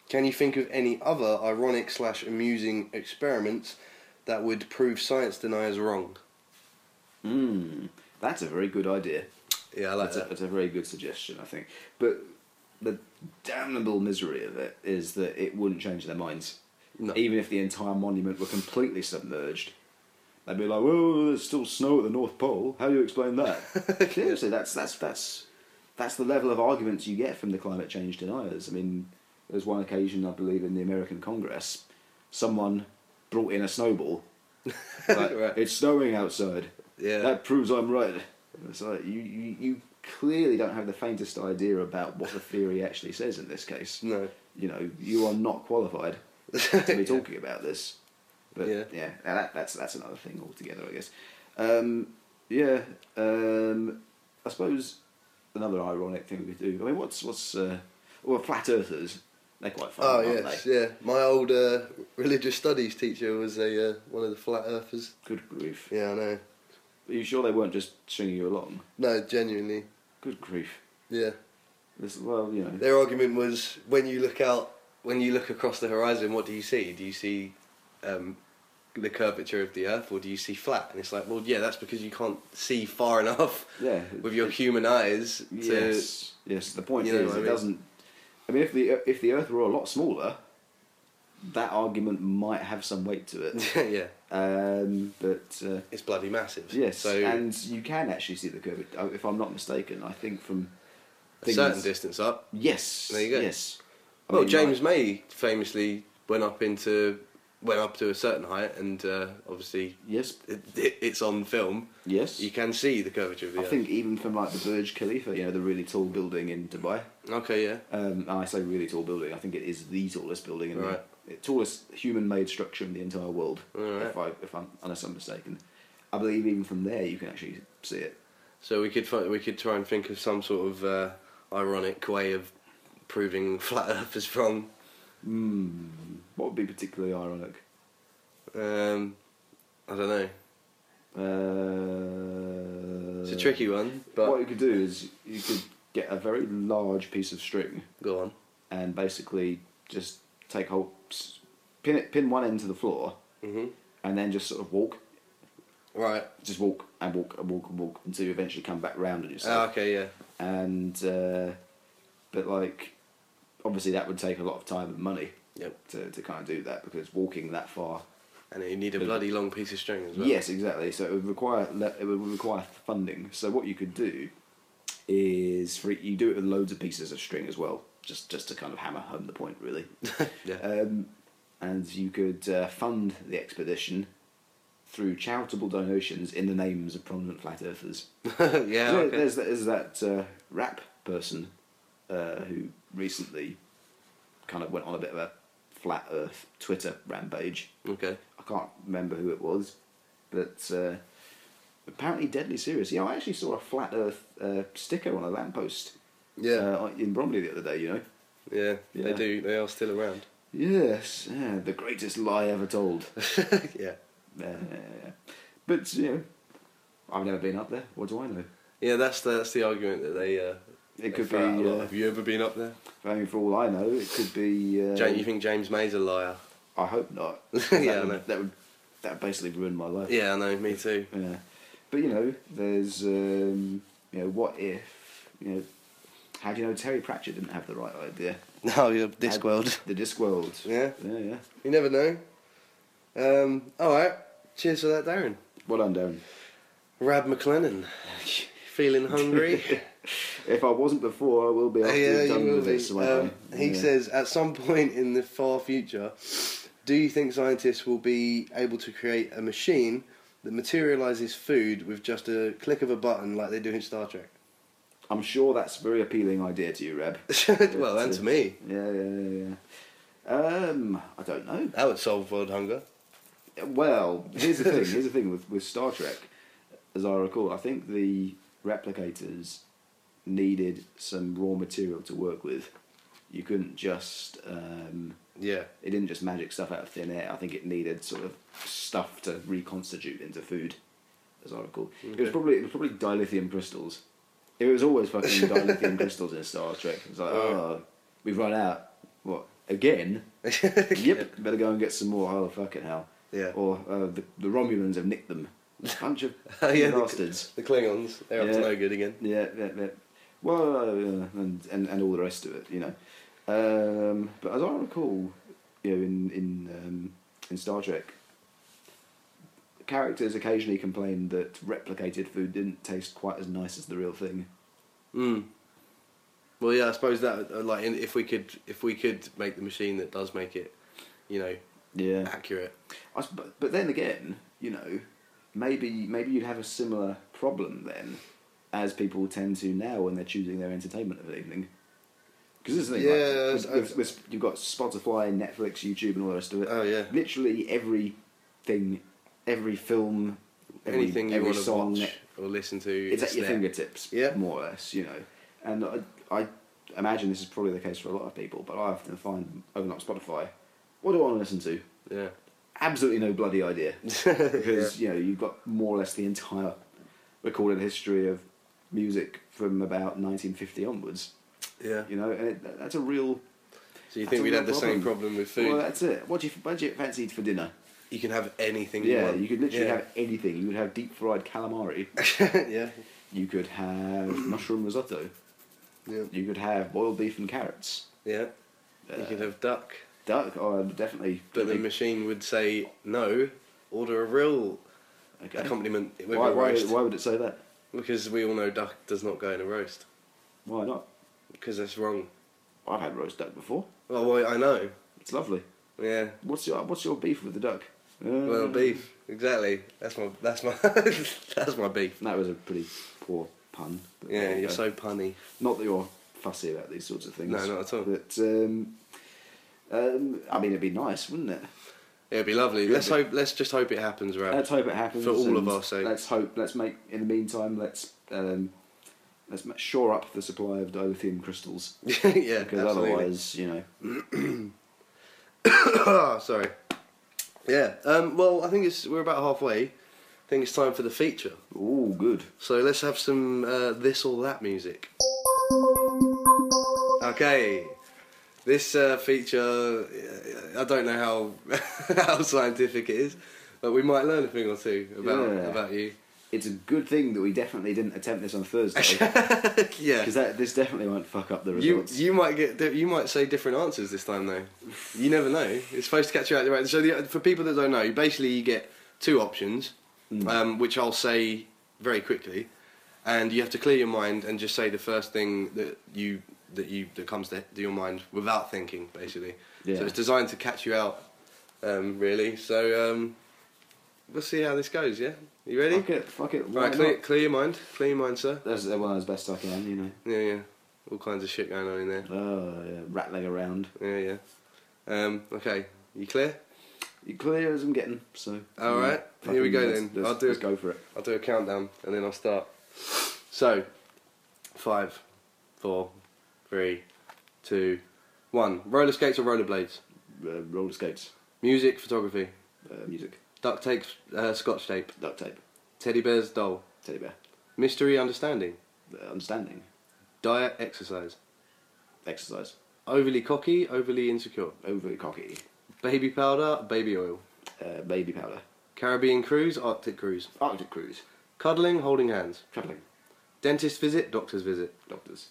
Speaker 2: Can you think of any other ironic slash amusing experiments that would prove science deniers wrong?
Speaker 3: Mm, that's a very good idea.
Speaker 2: Yeah, I like
Speaker 3: that's, A,
Speaker 2: that.
Speaker 3: that's a very good suggestion, I think. But the damnable misery of it is that it wouldn't change their minds.
Speaker 2: No.
Speaker 3: Even if the entire monument were completely submerged, they'd be like, "Well, there's still snow at the North Pole. How do you explain that?" Seriously, that's that's that's that's the level of arguments you get from the climate change deniers. I mean, there's one occasion I believe in the American Congress, someone brought in a snowball. Like,
Speaker 2: Right.
Speaker 3: It's snowing outside.
Speaker 2: Yeah.
Speaker 3: That proves I'm right. It's like you, you, you clearly don't have the faintest idea about what the theory actually says in this case.
Speaker 2: No.
Speaker 3: You know, you are not qualified to be talking about this. But
Speaker 2: Yeah.
Speaker 3: yeah, now that, that's that's another thing altogether, I guess. Um, yeah, um, I suppose another ironic thing we do. I mean, what's what's uh, well, flat earthers? They're quite fun,
Speaker 2: Oh
Speaker 3: aren't
Speaker 2: yes,
Speaker 3: they?
Speaker 2: yeah. My old uh, religious studies teacher was a uh, one of the flat earthers.
Speaker 3: Good grief!
Speaker 2: Yeah, I know.
Speaker 3: Are you sure they weren't just stringing you along?
Speaker 2: No, genuinely.
Speaker 3: Good grief!
Speaker 2: Yeah.
Speaker 3: This, well, you know.
Speaker 2: Their argument was when you look out, when you look across the horizon, what do you see? Do you see um, the curvature of the Earth, or do you see flat? And it's like, well, yeah, that's because you can't see far enough
Speaker 3: Yeah.
Speaker 2: with your human eyes. To,
Speaker 3: Yes. yes. The point
Speaker 2: You know
Speaker 3: is,
Speaker 2: what I
Speaker 3: it
Speaker 2: mean?
Speaker 3: doesn't. I mean, if the if the Earth were a lot smaller, that argument might have some weight to it.
Speaker 2: yeah,
Speaker 3: um, but uh,
Speaker 2: it's bloody massive.
Speaker 3: yes,
Speaker 2: So
Speaker 3: and you can actually see the curve. uh, If I'm not mistaken, I think from
Speaker 2: a certain distance up,
Speaker 3: Yes.
Speaker 2: There you go.
Speaker 3: Yes. I
Speaker 2: Well,
Speaker 3: mean,
Speaker 2: James
Speaker 3: like-
Speaker 2: May famously went up into went up to a certain height, and uh, obviously
Speaker 3: yes.
Speaker 2: it, it, it's on film.
Speaker 3: Yes.
Speaker 2: You can see the curvature of the
Speaker 3: I
Speaker 2: Earth.
Speaker 3: think even from like the Burj Khalifa, you know, the really tall building in Dubai.
Speaker 2: Okay, yeah,
Speaker 3: Um, and I say really tall building. I think it is the tallest building in
Speaker 2: Right.
Speaker 3: the tallest human-made structure in the entire world.
Speaker 2: Alright.
Speaker 3: If I, if I'm, unless I'm mistaken, I believe even from there you can actually see it.
Speaker 2: so we could fi- we could try and think of some sort of uh, ironic way of proving flat earthers wrong.
Speaker 3: Hmm. What would be particularly ironic?
Speaker 2: Um, I don't know.
Speaker 3: Uh,
Speaker 2: It's a tricky one, but
Speaker 3: what you could do is you could get a very large piece of string
Speaker 2: go on.
Speaker 3: and basically just take hold, s- pin it, pin one end to the floor,
Speaker 2: hmm
Speaker 3: and then just sort of walk,
Speaker 2: Right.
Speaker 3: just walk and walk and walk and walk until you eventually come back round on yourself.
Speaker 2: Ah, okay. Yeah.
Speaker 3: and uh, but like obviously that would take a lot of time and money
Speaker 2: Yep.
Speaker 3: to, to kind of do that because walking that far
Speaker 2: And you need a bloody long piece of string as well.
Speaker 3: yes exactly so it would require le- it would require funding so what you could do is for you do it with loads of pieces of string as well just just to kind of hammer home the point really
Speaker 2: Yeah.
Speaker 3: um, and you could uh, fund the expedition through charitable donations in the names of prominent flat earthers
Speaker 2: yeah.
Speaker 3: You
Speaker 2: Oh,
Speaker 3: know,
Speaker 2: Okay.
Speaker 3: There's that, there's that uh, rap person uh, who recently kind of went on a bit of a flat Earth Twitter rampage.
Speaker 2: Okay.
Speaker 3: I can't remember who it was, but uh, apparently deadly serious. Yeah, I actually saw a flat Earth uh, sticker on a lamppost.
Speaker 2: Yeah.
Speaker 3: uh, in Bromley the other day. You know.
Speaker 2: yeah. They
Speaker 3: yeah.
Speaker 2: do. They are still around.
Speaker 3: Yes, yeah, the greatest lie ever told.
Speaker 2: yeah.
Speaker 3: Yeah, yeah, yeah. But you know, I've never been up there. What do I know?
Speaker 2: Yeah, that's the, that's the argument that they. Uh,
Speaker 3: It
Speaker 2: they
Speaker 3: could
Speaker 2: throw out a
Speaker 3: be,
Speaker 2: lot.
Speaker 3: uh,
Speaker 2: Have you ever been up there?
Speaker 3: I mean, for all I know, it could be. Uh,
Speaker 2: Don't you think James May's a liar?
Speaker 3: I hope not.
Speaker 2: Yeah,
Speaker 3: That
Speaker 2: I
Speaker 3: would-
Speaker 2: know.
Speaker 3: That would that would basically ruin my life.
Speaker 2: Yeah, I know. Me too.
Speaker 3: Yeah. But you know, there's um, you know, what if you know how do you know Terry Pratchett didn't have the right idea?
Speaker 2: No, you're
Speaker 3: Had- The Discworld.
Speaker 2: Yeah.
Speaker 3: Yeah, yeah.
Speaker 2: You never know. Um, all right. Cheers for that, Darren.
Speaker 3: Well done, Darren.
Speaker 2: Rad McLennan. Feeling hungry?
Speaker 3: If I wasn't before, I will be
Speaker 2: yeah,
Speaker 3: after we've
Speaker 2: you
Speaker 3: done
Speaker 2: will
Speaker 3: with
Speaker 2: be.
Speaker 3: this. won't
Speaker 2: Um,
Speaker 3: I?
Speaker 2: he
Speaker 3: Yeah.
Speaker 2: says, at some point in the far future, do you think scientists will be able to create a machine that materializes food with just a click of a button like they do in Star Trek?
Speaker 3: I'm sure that's a very appealing idea to you, Reb.
Speaker 2: well, and to me,
Speaker 3: Yeah, yeah, yeah. Um, I don't know.
Speaker 2: that would solve world hunger.
Speaker 3: Well, here's the thing. Here's the thing with, with Star Trek, as I recall, I think the replicators needed some raw material to work with. You couldn't just um,
Speaker 2: Yeah.
Speaker 3: it didn't just magic stuff out of thin air. I think it needed sort of stuff to reconstitute into food, as I recall. It was
Speaker 2: Okay.
Speaker 3: probably it was probably dilithium crystals. It was always fucking dilithium crystals in Star Trek. It's like, oh, we've run out. What again? yep, better go and get some more. Oh fucking hell!
Speaker 2: Yeah.
Speaker 3: Or uh, the, the Romulans have nicked them. Bunch of
Speaker 2: Oh, yeah, the-
Speaker 3: bastards.
Speaker 2: The Klingons, they're up to
Speaker 3: Yeah.
Speaker 2: no good again.
Speaker 3: Yeah, yeah, yeah. Well, uh, and, and and all the rest of it, you know. Um, but as I recall, you know, in in um, in Star Trek, characters occasionally complained that replicated food didn't taste quite as nice as the real thing.
Speaker 2: Mm. Well, yeah, I suppose that uh, like in- if we could if we could make the machine that does make it, you know,
Speaker 3: Yeah.
Speaker 2: accurate.
Speaker 3: I s- but, but then again, you know, maybe maybe you'd have a similar problem then, as people tend to now when they're choosing their entertainment of the evening. Because this is
Speaker 2: Yeah,
Speaker 3: the thing, like,
Speaker 2: I-
Speaker 3: with, with, with- you've got Spotify, Netflix, YouTube, and all the rest of it.
Speaker 2: Oh, yeah.
Speaker 3: literally every thing, every film, every,
Speaker 2: Anything you
Speaker 3: every
Speaker 2: want to
Speaker 3: song,
Speaker 2: watch or listen to,
Speaker 3: it's at your
Speaker 2: there.
Speaker 3: fingertips,
Speaker 2: Yeah.
Speaker 3: more or less, you know. And I, I imagine this is probably the case for a lot of people, but I often find open up Spotify. What do I want to listen to?
Speaker 2: Yeah.
Speaker 3: absolutely no bloody idea because you know you've got more or less the entire recorded history of music from about 1950 onwards
Speaker 2: Yeah.
Speaker 3: you know and it, that's a real
Speaker 2: So you
Speaker 3: that's
Speaker 2: think
Speaker 3: a
Speaker 2: we'd
Speaker 3: real
Speaker 2: have the same problem with food?
Speaker 3: well that's it what do you, what do you fancy for dinner
Speaker 2: you can have anything. you
Speaker 3: yeah
Speaker 2: want.
Speaker 3: you could literally
Speaker 2: Yeah.
Speaker 3: have anything you could have deep fried calamari
Speaker 2: yeah.
Speaker 3: you could have mushroom risotto
Speaker 2: Yeah.
Speaker 3: you could have boiled beef and carrots
Speaker 2: Yeah. you
Speaker 3: Uh,
Speaker 2: could have duck,
Speaker 3: duck oh definitely
Speaker 2: but the machine would say no. Order a real
Speaker 3: okay.
Speaker 2: accompaniment with
Speaker 3: why,
Speaker 2: a
Speaker 3: why,
Speaker 2: roast
Speaker 3: why would it say that
Speaker 2: because we all know duck does not go in a roast
Speaker 3: why not
Speaker 2: because that's wrong.
Speaker 3: I've had roast duck before
Speaker 2: Well, well, I know.
Speaker 3: it's lovely
Speaker 2: Yeah.
Speaker 3: What's your What's your beef with the duck? Uh,
Speaker 2: Well, beef. Exactly. That's my. That's my. that's my beef.
Speaker 3: That was a pretty poor pun. but there
Speaker 2: Yeah,
Speaker 3: you
Speaker 2: you're
Speaker 3: go.
Speaker 2: so punny.
Speaker 3: not that you're fussy about these sorts of things.
Speaker 2: No, not at all.
Speaker 3: But um, um, I mean, it'd be nice, wouldn't it?
Speaker 2: It'd be lovely. Let's hope. Let's just hope it happens, Rab.
Speaker 3: Let's hope it happens
Speaker 2: For all of
Speaker 3: and
Speaker 2: our sake.
Speaker 3: Let's hope. Let's make. In the meantime, let's um, let's ma- shore up the supply of dilithium crystals
Speaker 2: yeah,
Speaker 3: because
Speaker 2: absolutely.
Speaker 3: otherwise, you know,
Speaker 2: Ah, sorry. Yeah. Um, well, I think it's we're about halfway. I think it's time for the feature.
Speaker 3: oh, good.
Speaker 2: So let's have some uh, this or that music. Okay. This uh, feature, uh, I don't know how how scientific it is, but we might learn a thing or two about
Speaker 3: Yeah.
Speaker 2: about you.
Speaker 3: It's a good thing that we definitely didn't attempt this on Thursday
Speaker 2: yeah.
Speaker 3: because that this definitely won't fuck up the
Speaker 2: You
Speaker 3: results.
Speaker 2: you might get di- you might say different answers this time though. You never know. It's supposed to catch you out the right. So the, for people that don't know, basically you get two options,
Speaker 3: Hmm.
Speaker 2: um, which I'll say very quickly, and you have to clear your mind and just say the first thing that you that you that comes to, to your mind without thinking, basically.
Speaker 3: Yeah.
Speaker 2: So it's designed to catch you out, um, really. So um, we'll see how this goes. Yeah, you ready?
Speaker 3: Fuck it, fuck it. why
Speaker 2: Right, clear,
Speaker 3: not?
Speaker 2: clear your mind, clear your mind, sir.
Speaker 3: That's well as best I can, you know.
Speaker 2: Yeah, yeah. All kinds of shit going on in there.
Speaker 3: Oh, yeah, rattling around.
Speaker 2: Yeah, yeah. Um, okay, you clear?
Speaker 3: You clear as I'm getting, so.
Speaker 2: All
Speaker 3: yeah,
Speaker 2: right, here we
Speaker 3: fucking
Speaker 2: go
Speaker 3: let's-
Speaker 2: then.
Speaker 3: Let's,
Speaker 2: I'll do
Speaker 3: let's
Speaker 2: it.
Speaker 3: go for it.
Speaker 2: I'll do a countdown and then I'll start. So, five, four, three, two, one. Roller skates or rollerblades?
Speaker 3: Uh, roller skates,
Speaker 2: Music, photography,
Speaker 3: uh, music,
Speaker 2: duct tape, uh, scotch tape,
Speaker 3: duct tape,
Speaker 2: teddy bears, doll,
Speaker 3: teddy bear,
Speaker 2: mystery, understanding,
Speaker 3: uh, understanding,
Speaker 2: diet, exercise,
Speaker 3: exercise,
Speaker 2: overly cocky, overly insecure,
Speaker 3: overly cocky,
Speaker 2: Baby powder, baby oil.
Speaker 3: Uh, baby powder.
Speaker 2: Caribbean cruise, Arctic cruise.
Speaker 3: Arctic cruise.
Speaker 2: Cuddling, holding hands.
Speaker 3: Travelling.
Speaker 2: Dentist visit, doctor's visit.
Speaker 3: Doctors.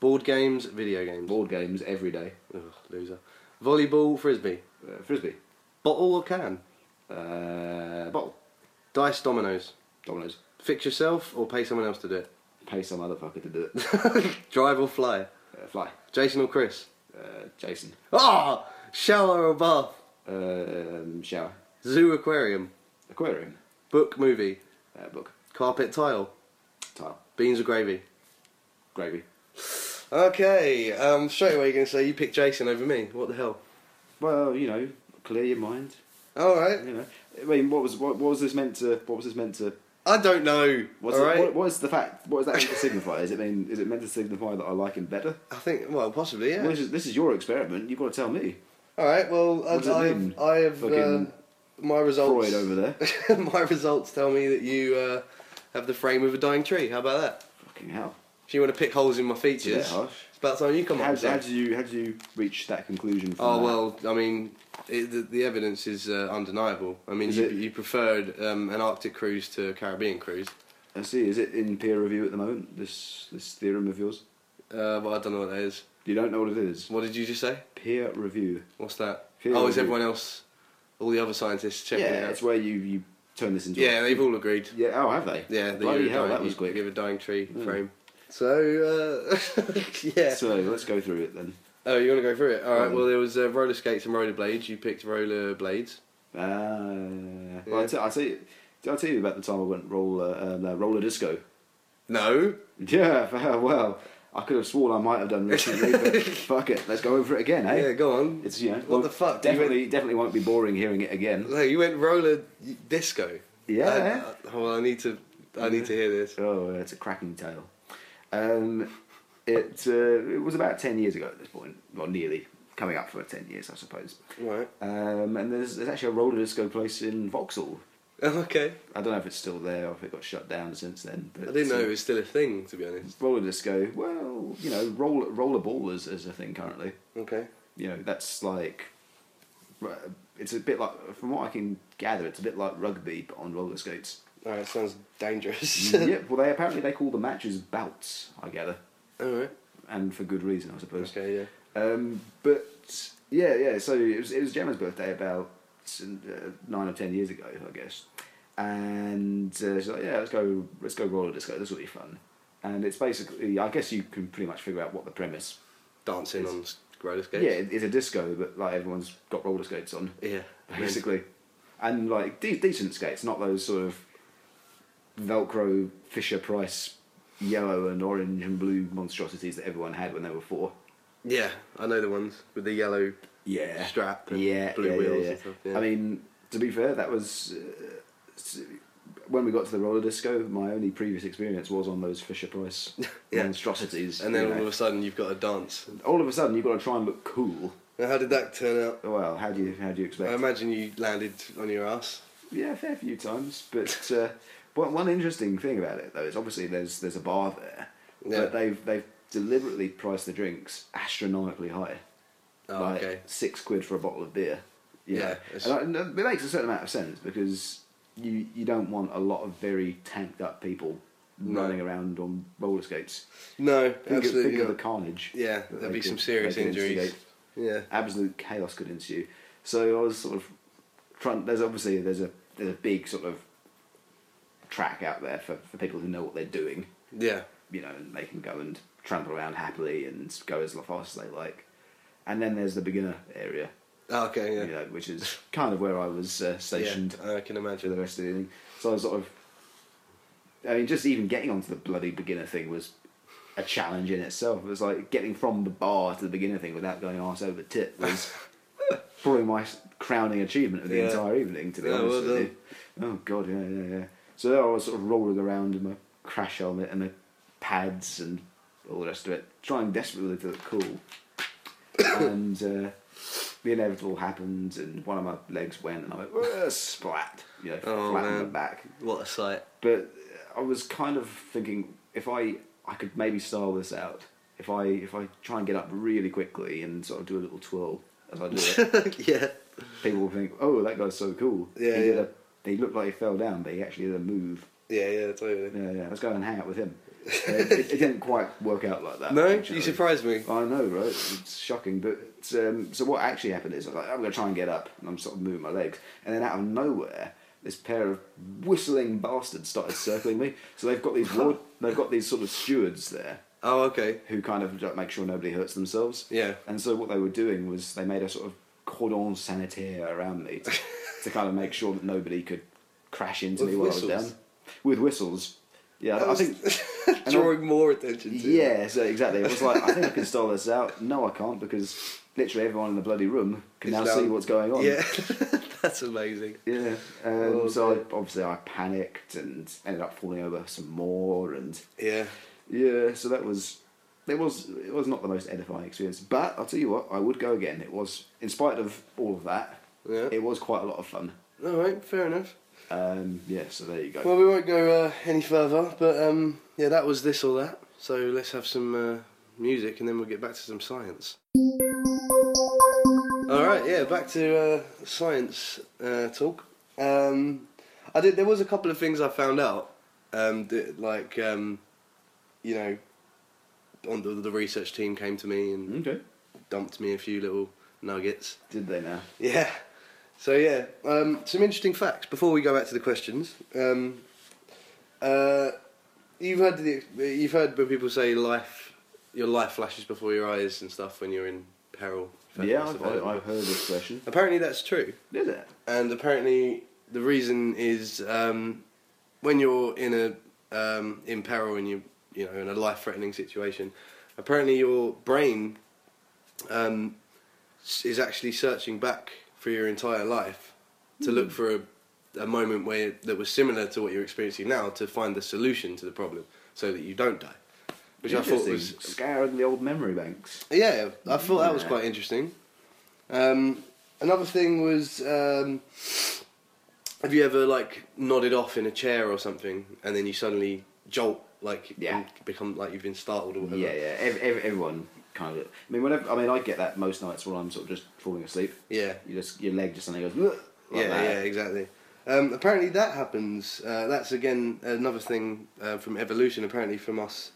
Speaker 2: Board games, video games.
Speaker 3: Board games every day.
Speaker 2: Ugh, loser. Volleyball, frisbee.
Speaker 3: Uh, Frisbee.
Speaker 2: Bottle or can?
Speaker 3: Uh, bottle.
Speaker 2: Dice, dominoes.
Speaker 3: Dominoes.
Speaker 2: Fix yourself or pay someone else to do it.
Speaker 3: Pay some other fucker to do it.
Speaker 2: Drive or fly.
Speaker 3: Uh, fly.
Speaker 2: Jason or Chris.
Speaker 3: Uh, Jason.
Speaker 2: Ah! Shower or bath.
Speaker 3: Um, shower.
Speaker 2: Zoo, aquarium.
Speaker 3: Aquarium.
Speaker 2: Book, movie.
Speaker 3: Uh, book.
Speaker 2: Carpet, tile.
Speaker 3: Tile.
Speaker 2: Beans or gravy.
Speaker 3: Gravy.
Speaker 2: Okay, um, straight away you're going to say you picked Jason over me. What the hell?
Speaker 3: Well, you know, clear your mind.
Speaker 2: Alright.
Speaker 3: You know, I mean, what was what, what was this meant to? What was this meant to?
Speaker 2: I don't know.
Speaker 3: What's
Speaker 2: all
Speaker 3: it-
Speaker 2: right.
Speaker 3: what, what is the fact? What is that meant to signify? Is it mean? Is it meant to signify that I like him better?
Speaker 2: I think, well, possibly, yeah.
Speaker 3: Well, this, is, this is your experiment. You've got to tell me.
Speaker 2: All right. Well,
Speaker 3: What does
Speaker 2: I,
Speaker 3: it
Speaker 2: I
Speaker 3: mean?
Speaker 2: have, I have uh,
Speaker 3: Fucking
Speaker 2: my results.
Speaker 3: Freud over there.
Speaker 2: my results tell me that you uh, have the frame of a dying tree. How about that?
Speaker 3: Fucking hell.
Speaker 2: If you want to pick holes in my
Speaker 3: It's a bit
Speaker 2: features,
Speaker 3: harsh.
Speaker 2: it's about time you come
Speaker 3: How,
Speaker 2: on.
Speaker 3: how
Speaker 2: son.
Speaker 3: did you how did you reach that conclusion? From
Speaker 2: Oh
Speaker 3: that?
Speaker 2: well, I mean, it, the, the evidence is uh, undeniable. I mean,
Speaker 3: Is
Speaker 2: you,
Speaker 3: it-
Speaker 2: you preferred um, an Arctic cruise to a Caribbean cruise.
Speaker 3: I see. Is it in peer review at the moment? This this theorem of yours.
Speaker 2: Uh, but I don't know what that is.
Speaker 3: You don't know what it is.
Speaker 2: What did you just say?
Speaker 3: Peer review.
Speaker 2: What's that?
Speaker 3: Peer
Speaker 2: oh, is
Speaker 3: review.
Speaker 2: everyone else, all the other scientists checking
Speaker 3: yeah,
Speaker 2: it
Speaker 3: it's
Speaker 2: out?
Speaker 3: where you you turn this into. a-
Speaker 2: Yeah, they've all agreed.
Speaker 3: yeah. Oh, have they?
Speaker 2: Yeah, the
Speaker 3: Bloody
Speaker 2: you
Speaker 3: hell,
Speaker 2: dying,
Speaker 3: that was
Speaker 2: you
Speaker 3: quick.
Speaker 2: Give a dying tree
Speaker 3: Mm.
Speaker 2: frame. So uh, yeah.
Speaker 3: So let's go through it then.
Speaker 2: oh, you want to go through it? All right.
Speaker 3: Mm.
Speaker 2: Well, there was uh, roller skates and roller blades. You picked roller blades.
Speaker 3: Uh,
Speaker 2: Yeah.
Speaker 3: well, I, t- I tell you, did I tell you about the time I went roller um, uh, roller disco?
Speaker 2: No.
Speaker 3: Yeah, fair, well, I could have sworn I might have done recently, but fuck it, let's go over it again, eh?
Speaker 2: Yeah, go on.
Speaker 3: It's you know,
Speaker 2: what the fuck? You
Speaker 3: Definitely, definitely won't be boring hearing it
Speaker 2: went-
Speaker 3: again.
Speaker 2: no, you went roller disco.
Speaker 3: Yeah.
Speaker 2: I, I, well, I need to. I need to hear this.
Speaker 3: Oh, it's a cracking tale. Um, it uh, it was about ten years ago at this point, well, nearly coming up for ten years, I suppose.
Speaker 2: Right.
Speaker 3: Um, and there's there's actually a roller disco place in Vauxhall.
Speaker 2: Okay.
Speaker 3: I don't know if it's still there or if it got shut down since then. But
Speaker 2: I didn't know
Speaker 3: uh,
Speaker 2: it was still a thing, to be honest.
Speaker 3: roller disco. Well, you know, roll, rollerball is, is a thing currently.
Speaker 2: Okay.
Speaker 3: You know, that's like r- it's a bit like, from what I can gather, it's a bit like rugby but on roller skates.
Speaker 2: All right. Sounds dangerous.
Speaker 3: yeah, well, they apparently they call the matches bouts. I gather,
Speaker 2: All right.
Speaker 3: and for good reason, I suppose.
Speaker 2: Okay. Yeah.
Speaker 3: Um, but yeah, yeah. So it was it was Gemma's birthday about uh, nine or ten years ago, I guess. And uh, she's like, yeah, let's go, let's go roller disco. This will be fun. And it's basically, I guess you can pretty much figure out what the premise.
Speaker 2: Dancing
Speaker 3: It's-
Speaker 2: on s- roller
Speaker 3: Yeah,
Speaker 2: skates.
Speaker 3: it- it's a disco, but like everyone's got roller skates on,
Speaker 2: Yeah.
Speaker 3: basically, and like de- decent skates, not those sort of Velcro Fisher Price yellow and orange and blue monstrosities that everyone had when they were four.
Speaker 2: Yeah. I know the ones with the yellow
Speaker 3: yeah.
Speaker 2: strap and
Speaker 3: yeah,
Speaker 2: blue
Speaker 3: yeah,
Speaker 2: wheels
Speaker 3: Yeah,
Speaker 2: and stuff, yeah.
Speaker 3: I mean, to be fair, that was uh, s- when we got to the roller disco. My only previous experience was on those Fisher Price
Speaker 2: Yeah.
Speaker 3: monstrosities,
Speaker 2: And then
Speaker 3: you
Speaker 2: all
Speaker 3: know.
Speaker 2: of a sudden you've got to dance.
Speaker 3: all of a sudden you've got to try and look cool.
Speaker 2: Now, how did that turn out?
Speaker 3: Well, how do you how do you expect?
Speaker 2: I imagine you landed on your ass.
Speaker 3: yeah, a fair few times, but uh, one one interesting thing about it though is obviously there's there's a bar there,
Speaker 2: Yeah.
Speaker 3: but they've they've deliberately priced the drinks astronomically high.
Speaker 2: Oh,
Speaker 3: um, like
Speaker 2: okay.
Speaker 3: six quid for a bottle of beer. You
Speaker 2: Yeah,
Speaker 3: know.
Speaker 2: it's-
Speaker 3: And I- and it makes a certain amount of sense because you you don't want a lot of very tanked up people
Speaker 2: No.
Speaker 3: running around on roller skates.
Speaker 2: No,
Speaker 3: Think, of,
Speaker 2: absolutely
Speaker 3: think of the
Speaker 2: not.
Speaker 3: carnage.
Speaker 2: Yeah,
Speaker 3: that
Speaker 2: there'd
Speaker 3: they
Speaker 2: be some
Speaker 3: could-
Speaker 2: serious
Speaker 3: they could
Speaker 2: injuries.
Speaker 3: instigate.
Speaker 2: Yeah.
Speaker 3: Absolute chaos could ensue. So I was sort of trying. There's obviously there's a there's a big sort of track out there for, for people who know what they're doing
Speaker 2: Yeah.
Speaker 3: you know, and they can go and trample around happily and go as fast as they like. And then there's the beginner area,
Speaker 2: Oh, okay, yeah.
Speaker 3: you know, which is kind of where I was uh, stationed
Speaker 2: Yeah, I can
Speaker 3: for the
Speaker 2: imagine.
Speaker 3: rest of the evening. So I was sort of, I mean, just even getting onto the bloody beginner thing was a challenge in itself. It was like getting from the bar to the beginner thing without going arse over tit was probably my crowning achievement of the
Speaker 2: Yeah.
Speaker 3: entire evening, to be
Speaker 2: Yeah,
Speaker 3: honest
Speaker 2: well
Speaker 3: with you. Oh god, yeah, yeah, yeah. So there I was sort of rolling around in my crash helmet and my pads and all the rest of it, trying desperately to look cool. and uh, the inevitable happened, and one of my legs went, and I went "Ugh," splat, you know,
Speaker 2: Oh,
Speaker 3: flat on my
Speaker 2: man.
Speaker 3: back.
Speaker 2: What a sight.
Speaker 3: But I was kind of thinking if I I could maybe style this out. If I if I try and get up really quickly and sort of do a little twirl as I do it,
Speaker 2: yeah.
Speaker 3: people think, oh, that guy's so cool.
Speaker 2: Yeah,
Speaker 3: he, did
Speaker 2: yeah.
Speaker 3: A, he looked like he fell down, but he actually did a move.
Speaker 2: Yeah, yeah, totally.
Speaker 3: Yeah, yeah. Let's go and hang out with him. Uh, it, it didn't quite work out like that.
Speaker 2: No,
Speaker 3: actually.
Speaker 2: you surprised me.
Speaker 3: I know, right? It's shocking. But um, so what actually happened is I was like, I'm going to try and get up, and I'm sort of moving my legs, and then out of nowhere, this pair of whistling bastards started circling me. So they've got these ward- they've got these sort of stewards there
Speaker 2: Oh, okay.
Speaker 3: who kind of like, make sure nobody hurts themselves.
Speaker 2: Yeah.
Speaker 3: And so what they were doing was they made a sort of cordon sanitaire around me to, to kind of make sure that nobody could crash into
Speaker 2: With
Speaker 3: me while I was
Speaker 2: whistles?
Speaker 3: down with whistles. Yeah, I think and I-
Speaker 2: Drawing more attention to it.
Speaker 3: yeah, so exactly. It was like, I think I can stall this out. No, I can't because literally everyone in the bloody room can
Speaker 2: It's
Speaker 3: now
Speaker 2: loud.
Speaker 3: see what's going on.
Speaker 2: Yeah, that's amazing.
Speaker 3: Yeah. Um,
Speaker 2: Oh,
Speaker 3: so I, obviously I panicked and ended up falling over some more and
Speaker 2: Yeah.
Speaker 3: yeah. So that was it was it was not the most edifying experience, but I'll tell you what, I would go again. It was in spite of all of that,
Speaker 2: Yeah.
Speaker 3: it was quite a lot of fun.
Speaker 2: All right, fair enough.
Speaker 3: Um, yeah. So there you go.
Speaker 2: Well, we won't go uh, any further, but um, yeah, that was this or that. So let's have some uh, music and then we'll get back to some science. All right, yeah, back to uh, science uh, talk. Um, I did. There was a couple of things I found out, um, that, like um, you know, on the, the research team came to me and
Speaker 3: okay.
Speaker 2: dumped me a few little nuggets.
Speaker 3: Did they now?
Speaker 2: Yeah. So yeah, um, some interesting facts before we go back to the questions. Um, uh, you've heard the, you've heard when people say life, your life flashes before your eyes and stuff when you're in peril.
Speaker 3: yeah,
Speaker 2: That's
Speaker 3: I've,
Speaker 2: about it.
Speaker 3: I've I've heard this question.
Speaker 2: Apparently that's true,
Speaker 3: Did it?
Speaker 2: and apparently the reason is um, when you're in a um, in peril and you you know in a life threatening situation. Apparently your brain um, s- is actually searching back for your entire life to look for a, a moment where that was similar to what you're experiencing now to find the solution to the problem so that you don't die. Which I thought was
Speaker 3: Interesting. scouring the old memory banks.
Speaker 2: yeah, I thought that was
Speaker 3: Yeah.
Speaker 2: quite interesting. Um, another thing was, um, have you ever like nodded off in a chair or something, and then you suddenly jolt, like
Speaker 3: Yeah.
Speaker 2: and become like you've been startled or whatever?
Speaker 3: Yeah, yeah. Ev ev everyone kind of. I mean, whenever I mean, I get that most nights when I'm sort of just falling asleep.
Speaker 2: yeah,
Speaker 3: You just your leg just suddenly goes. "Ugh," Like
Speaker 2: yeah,
Speaker 3: that.
Speaker 2: yeah, exactly. Um, apparently, that happens. Uh, that's again another thing uh, from evolution. Apparently, from us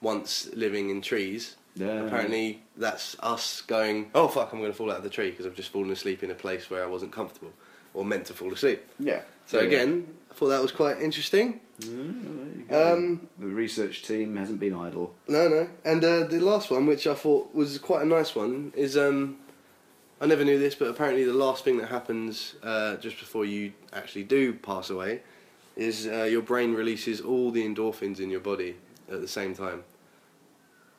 Speaker 2: once living in trees.
Speaker 3: Yeah.
Speaker 2: Apparently, that's us going. Oh fuck! I'm going to fall out of the tree because I've just fallen asleep in a place where I wasn't comfortable or meant to fall asleep.
Speaker 3: Yeah.
Speaker 2: So
Speaker 3: Yeah.
Speaker 2: again, I thought that was quite interesting.
Speaker 3: Mm, there you go.
Speaker 2: Um,
Speaker 3: the research team hasn't been idle.
Speaker 2: no, no, and uh, the last one, which I thought was quite a nice one, is um, I never knew this, but apparently the last thing that happens uh, just before you actually do pass away is uh, your brain releases all the endorphins in your body at the same time,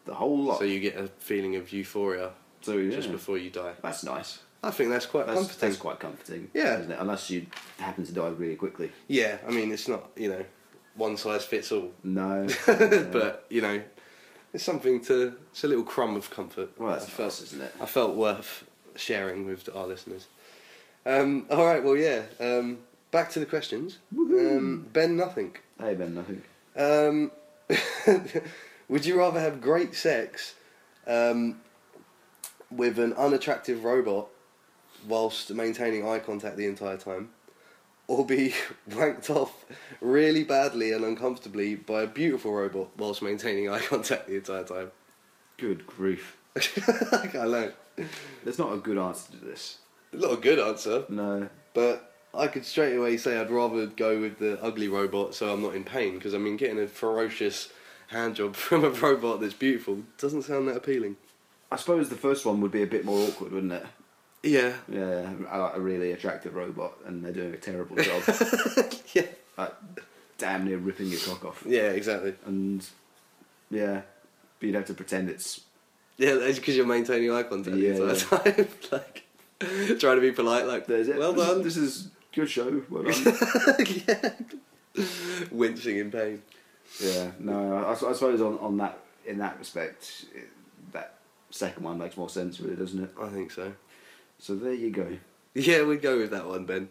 Speaker 3: The whole lot.
Speaker 2: so you get a feeling of euphoria
Speaker 3: So, yeah.
Speaker 2: just before you die.
Speaker 3: That's nice.
Speaker 2: I think that's quite
Speaker 3: That's,
Speaker 2: comforting.
Speaker 3: that's quite comforting.
Speaker 2: Yeah.
Speaker 3: Isn't it? Unless you happen to die really quickly.
Speaker 2: Yeah, I mean it's not you know one size fits all,
Speaker 3: No.
Speaker 2: but you know it's something to it's a little crumb of comfort.
Speaker 3: well,
Speaker 2: I
Speaker 3: that's
Speaker 2: felt-
Speaker 3: nice, isn't it?
Speaker 2: I felt worth sharing with our listeners. Um, all right, well, yeah. Um, back to the questions.
Speaker 3: Woohoo.
Speaker 2: Um, ben, nothing.
Speaker 3: Hey Ben, I think.
Speaker 2: Um, would you rather have great sex um, with an unattractive robot whilst maintaining eye contact the entire time, or be wanked off really badly and uncomfortably by a beautiful robot whilst maintaining eye contact the entire time?
Speaker 3: Good grief.
Speaker 2: I know.
Speaker 3: There's not a good answer to this.
Speaker 2: Not a good answer.
Speaker 3: No.
Speaker 2: But I could straight away say I'd rather go with the ugly robot so I'm not in pain because I mean getting a ferocious hand job from a robot that's beautiful doesn't sound that appealing.
Speaker 3: I suppose the first one would be a bit more awkward, wouldn't it?
Speaker 2: Yeah.
Speaker 3: Yeah, I like a really attractive robot, and they're doing a terrible job,
Speaker 2: Yeah.
Speaker 3: like damn near ripping your cock off.
Speaker 2: Yeah, exactly.
Speaker 3: And yeah, but you'd have to pretend it's
Speaker 2: Yeah, that's because you're maintaining eye contact
Speaker 3: Yeah,
Speaker 2: the entire time. like trying to be polite like
Speaker 3: there's it.
Speaker 2: well
Speaker 3: this,
Speaker 2: done.
Speaker 3: This is good show. Well done.
Speaker 2: yeah. Wincing in pain.
Speaker 3: yeah, no, I, I suppose on, on that in that respect, it, that second one makes more sense, really, doesn't it?
Speaker 2: I think so.
Speaker 3: So there you go.
Speaker 2: Yeah, we'd go with that one, Ben.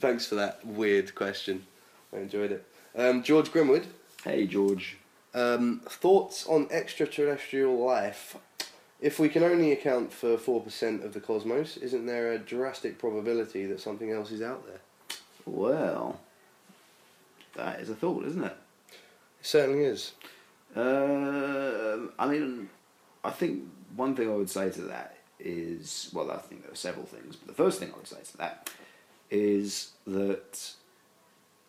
Speaker 2: Thanks for that weird question. I enjoyed it. Um, George Grimwood
Speaker 3: Hey George,
Speaker 2: Um, thoughts on extraterrestrial life? If we can only account for 4% of the cosmos, isn't there a drastic probability that something else is out there?
Speaker 3: Well, that is a thought, isn't it?
Speaker 2: It certainly is.
Speaker 3: Um I mean, I think one thing I would say to that is well, I think there are several things, but the first thing I would say to that is that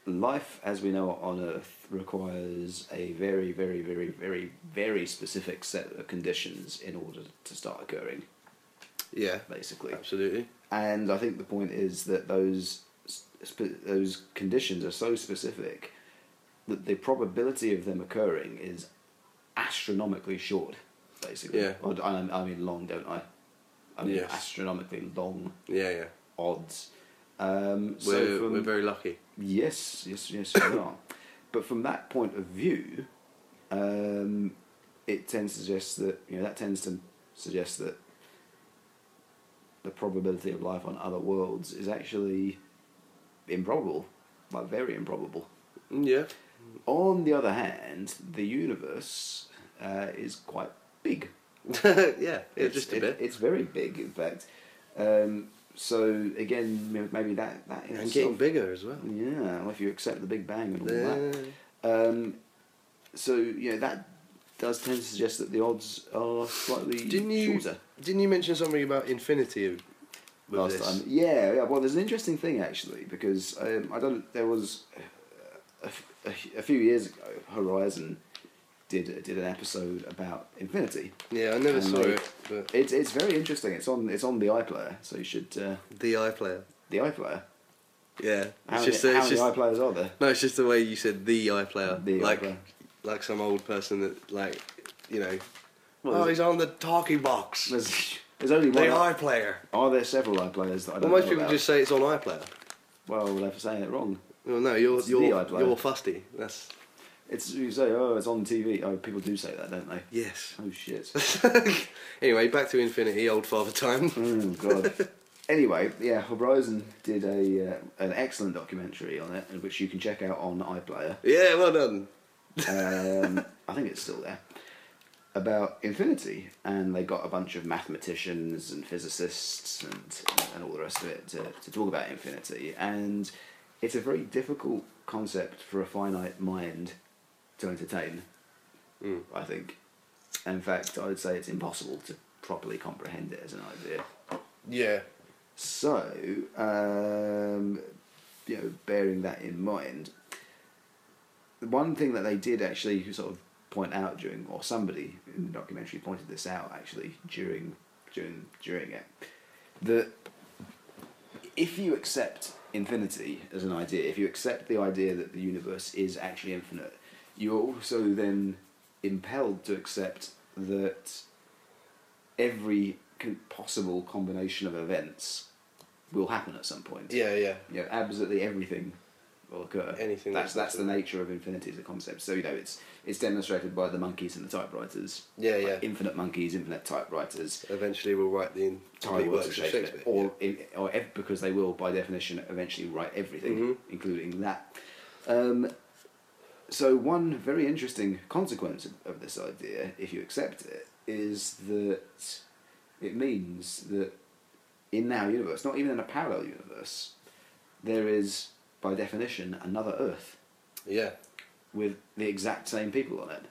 Speaker 3: life as we know it on Earth requires a very, very, very, very, very specific set of conditions in order to start occurring,
Speaker 2: Yeah,
Speaker 3: basically.
Speaker 2: absolutely.
Speaker 3: And I think the point is that those sp- those conditions are so specific that the probability of them occurring is astronomically short, basically.
Speaker 2: Yeah.
Speaker 3: Or, I, I mean long, don't I? I mean
Speaker 2: Yes.
Speaker 3: astronomically long
Speaker 2: Yeah, yeah.
Speaker 3: odds. Um, so
Speaker 2: We're,
Speaker 3: from-
Speaker 2: we're very lucky.
Speaker 3: Yes, yes, yes, we are. But from that point of view, um, it tends to suggest that you know that tends to suggest that the probability of life on other worlds is actually improbable, like very improbable.
Speaker 2: Mm, Yeah.
Speaker 3: On the other hand, the universe uh, is quite big.
Speaker 2: yeah, yeah,
Speaker 3: It's-
Speaker 2: just a
Speaker 3: it-
Speaker 2: bit.
Speaker 3: It's very big, in fact. Um, so again, you know, maybe that that in
Speaker 2: and getting
Speaker 3: itself-
Speaker 2: bigger as well.
Speaker 3: Yeah, well, if you accept the Big Bang and all that.
Speaker 2: Yeah.
Speaker 3: Um, so you know that does tend to suggest that the odds are slightly
Speaker 2: Didn't you
Speaker 3: shorter.
Speaker 2: Didn't you mention something about infinity with
Speaker 3: Last
Speaker 2: this?
Speaker 3: time, yeah, yeah. Well, there's an interesting thing actually because um, I don't. There was uh, a, a- a few years ago, Horizon did did an episode about infinity.
Speaker 2: Yeah, I never
Speaker 3: And,
Speaker 2: saw
Speaker 3: like,
Speaker 2: it, but
Speaker 3: It's it's very interesting. It's on it's on the iPlayer, so you should uh,
Speaker 2: the iPlayer.
Speaker 3: the iPlayer.
Speaker 2: Yeah,
Speaker 3: How,
Speaker 2: it's just
Speaker 3: many,
Speaker 2: it's
Speaker 3: how
Speaker 2: just
Speaker 3: many iPlayers are there?
Speaker 2: no, it's just the way you said the iPlayer,
Speaker 3: The
Speaker 2: like
Speaker 3: iPlayer.
Speaker 2: like some old person that like you know.
Speaker 3: Well,
Speaker 2: oh,
Speaker 3: there's-
Speaker 2: he's on the talkie box. The
Speaker 3: There's, there's only one.
Speaker 2: iPlayer.
Speaker 3: Are there several iPlayers that I
Speaker 2: Well,
Speaker 3: don't
Speaker 2: most
Speaker 3: know
Speaker 2: people
Speaker 3: about?
Speaker 2: just say it's on iPlayer.
Speaker 3: Well, well, they're saying it wrong.
Speaker 2: Well, no, you're
Speaker 3: It's the
Speaker 2: you're
Speaker 3: iPlayer.
Speaker 2: you're fusty. That's
Speaker 3: It's you say, oh, it's on TV. Oh, people do say that, don't they?
Speaker 2: yes.
Speaker 3: Oh shit.
Speaker 2: anyway, back to infinity, old father time.
Speaker 3: oh god. Anyway, yeah, Horizon did a uh, an excellent documentary on it, which you can check out on iPlayer.
Speaker 2: yeah, well done.
Speaker 3: Um, I think it's still there. About infinity, and they got a bunch of mathematicians and physicists and and all the rest of it to, to talk about infinity, and it's a very difficult concept for a finite mind to entertain.
Speaker 2: Mm.
Speaker 3: I think. In fact, I would say it's impossible to properly comprehend it as an idea.
Speaker 2: Yeah.
Speaker 3: So, um, you know, bearing that in mind, the one thing that they did actually sort of point out during, or somebody in the documentary pointed this out actually during, during, during it, that if you accept infinity as an idea, if you accept the idea that the universe is actually infinite, you're also then impelled to accept that every con- possible combination of events will happen at some point.
Speaker 2: Yeah, yeah.
Speaker 3: You know, absolutely everything will occur.
Speaker 2: Anything
Speaker 3: That's
Speaker 2: that's
Speaker 3: that's the nature of infinity as a concept. So you know, it's it's demonstrated by the monkeys and the typewriters.
Speaker 2: Yeah, yeah.
Speaker 3: Like infinite monkeys, infinite typewriters.
Speaker 2: Eventually, we'll write the in-
Speaker 3: Tiny
Speaker 2: complete works of Shakespeare.
Speaker 3: or in- or ev- because they will, by definition, eventually write everything,
Speaker 2: Mhm.
Speaker 3: including that. Um, so one very interesting consequence of, of this idea, if you accept it, is that it means that in our universe, not even in a parallel universe, there is, by definition, another Earth
Speaker 2: yeah.
Speaker 3: with the exact same people on it.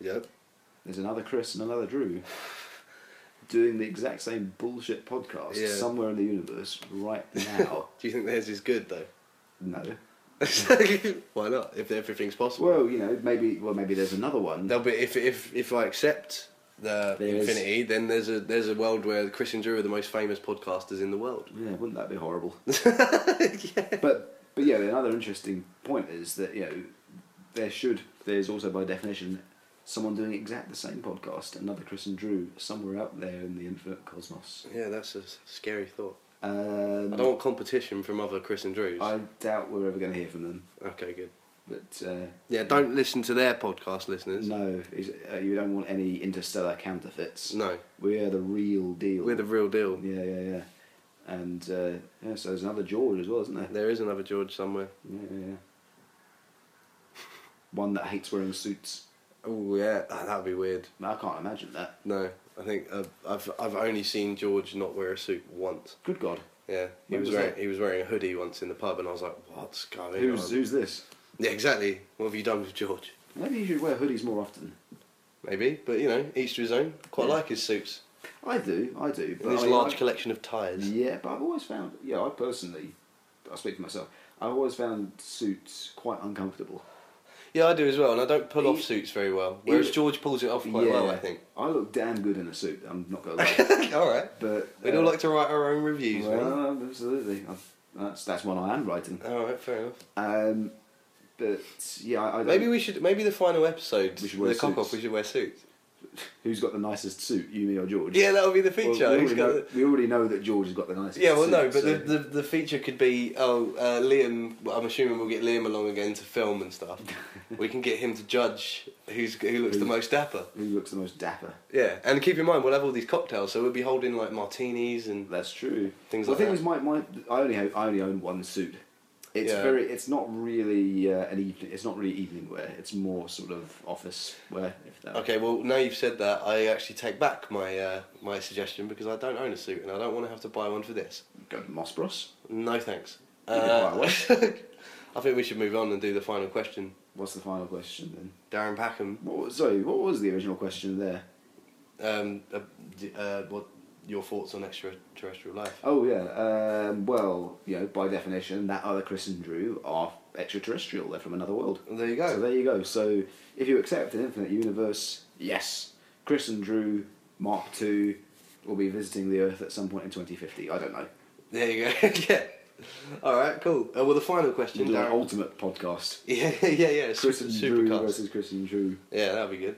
Speaker 2: Yep.
Speaker 3: There's another Chris and another Drew doing the exact same bullshit podcast
Speaker 2: Yeah.
Speaker 3: somewhere in the universe right now.
Speaker 2: Do you think theirs is good though?
Speaker 3: no. Mm.
Speaker 2: Why not? If everything's possible.
Speaker 3: Well, you know, maybe well maybe there's another one.
Speaker 2: no, but if if if I accept the
Speaker 3: There is-
Speaker 2: infinity, then there's a there's a world where Chris and Drew are the most famous podcasters in the world.
Speaker 3: Yeah, wouldn't that be horrible? But but yeah, another interesting point is that you know there should there's also by definition someone doing exact the same podcast, another Chris and Drew somewhere out there in the infinite cosmos.
Speaker 2: Yeah, that's a s- scary thought.
Speaker 3: Um,
Speaker 2: I don't want competition from other Chris and Drews.
Speaker 3: I doubt we're ever going to hear from them,
Speaker 2: Okay, good.
Speaker 3: but uh,
Speaker 2: Yeah, don't listen to their podcast listeners.
Speaker 3: no, is- uh, you don't want any interstellar counterfeits.
Speaker 2: No,
Speaker 3: We are the real deal.
Speaker 2: we're the real deal.
Speaker 3: yeah, yeah, yeah, and uh, yeah. So there's another George as well, isn't there?
Speaker 2: There is another George somewhere.
Speaker 3: Yeah, yeah, yeah. One that hates wearing suits.
Speaker 2: Oh yeah, Ah, that'd be weird.
Speaker 3: I, mean, I can't imagine that.
Speaker 2: No, I think uh, I've I've only seen George not wear a suit once.
Speaker 3: Good God.
Speaker 2: Yeah, he
Speaker 3: When
Speaker 2: was,
Speaker 3: was
Speaker 2: wearing
Speaker 3: that?
Speaker 2: he was wearing a hoodie once in the pub, and I was like, "What's going
Speaker 3: Who's,
Speaker 2: on?"
Speaker 3: who's this?
Speaker 2: Yeah, exactly. What have you done with George?
Speaker 3: Maybe you should wear hoodies more often.
Speaker 2: Maybe, but you know, each to his own. Quite
Speaker 3: Yeah.
Speaker 2: like his suits
Speaker 3: I do, I do.
Speaker 2: and his
Speaker 3: I-
Speaker 2: large
Speaker 3: I-
Speaker 2: collection of tires.
Speaker 3: Yeah, but I've always found, yeah, I personally, I speak for myself, I've always found suits quite uncomfortable.
Speaker 2: Yeah, I do as well, and I don't pull off
Speaker 3: He-
Speaker 2: suits very well. Whereas
Speaker 3: he-
Speaker 2: George pulls it off quite well, I think.
Speaker 3: I look damn good in a suit, I'm not going to lie.
Speaker 2: All right,
Speaker 3: but,
Speaker 2: we'd all like to write our own reviews, man.
Speaker 3: Uh, Well, absolutely. i that's, that's one I am writing.
Speaker 2: All right, fair enough.
Speaker 3: Um, but, yeah, I, I don't,
Speaker 2: Maybe we should. Maybe the final episode,
Speaker 3: Um, We should wear
Speaker 2: the cock off.
Speaker 3: suits.
Speaker 2: We should wear suits.
Speaker 3: who's got the nicest suit, you, me, or George?
Speaker 2: Yeah, that'll be the
Speaker 3: Well,
Speaker 2: feature.
Speaker 3: we,
Speaker 2: Who's
Speaker 3: already
Speaker 2: got
Speaker 3: know,
Speaker 2: the-
Speaker 3: we already know that George has got the nicest
Speaker 2: Yeah, well,
Speaker 3: suit,
Speaker 2: no, but the,
Speaker 3: so-
Speaker 2: the the feature could be oh uh, Liam. well, I'm assuming we'll get Liam along again to film and stuff. we can get him to judge who's who looks the
Speaker 3: Who's-
Speaker 2: most dapper.
Speaker 3: Who looks the most dapper?
Speaker 2: Yeah, and keep in mind we'll have all these cocktails, so we'll be holding like martinis and
Speaker 3: That's true.
Speaker 2: Things
Speaker 3: well,
Speaker 2: like that.
Speaker 3: the thing is, my, my I only have, I only own one suit. It's
Speaker 2: Yeah.
Speaker 3: very. It's not really uh, an evening. It's not really evening wear. It's more sort of office wear. If that.
Speaker 2: Okay, well now you've said that, I actually take back my uh, my suggestion because I don't own a suit and I don't want to have to buy one for this.
Speaker 3: Go to Moss Bros.
Speaker 2: No thanks.
Speaker 3: You can
Speaker 2: Uh,
Speaker 3: buy
Speaker 2: I think we should move on and do the final question.
Speaker 3: What's the final question then?
Speaker 2: Darren Packham,
Speaker 3: What was, sorry, what was the original question there?
Speaker 2: um, uh, d- uh, what your thoughts on extraterrestrial life?
Speaker 3: Oh yeah. Um, well, you know, by definition, that other Chris and Drew are extraterrestrial. They're from another world.
Speaker 2: Well, there you go.
Speaker 3: So there you go. So if you accept an infinite universe, yes, Chris and Drew Mark II will be visiting the Earth at some point in 2050. I don't know.
Speaker 2: There you go. yeah. All right. Cool. Uh, well, the final question.
Speaker 3: It'll be our
Speaker 2: Darren-
Speaker 3: ultimate podcast.
Speaker 2: Yeah, yeah, yeah.
Speaker 3: Chris and
Speaker 2: super,
Speaker 3: Drew
Speaker 2: supercast.
Speaker 3: versus Chris and Drew.
Speaker 2: Yeah, that'd be good.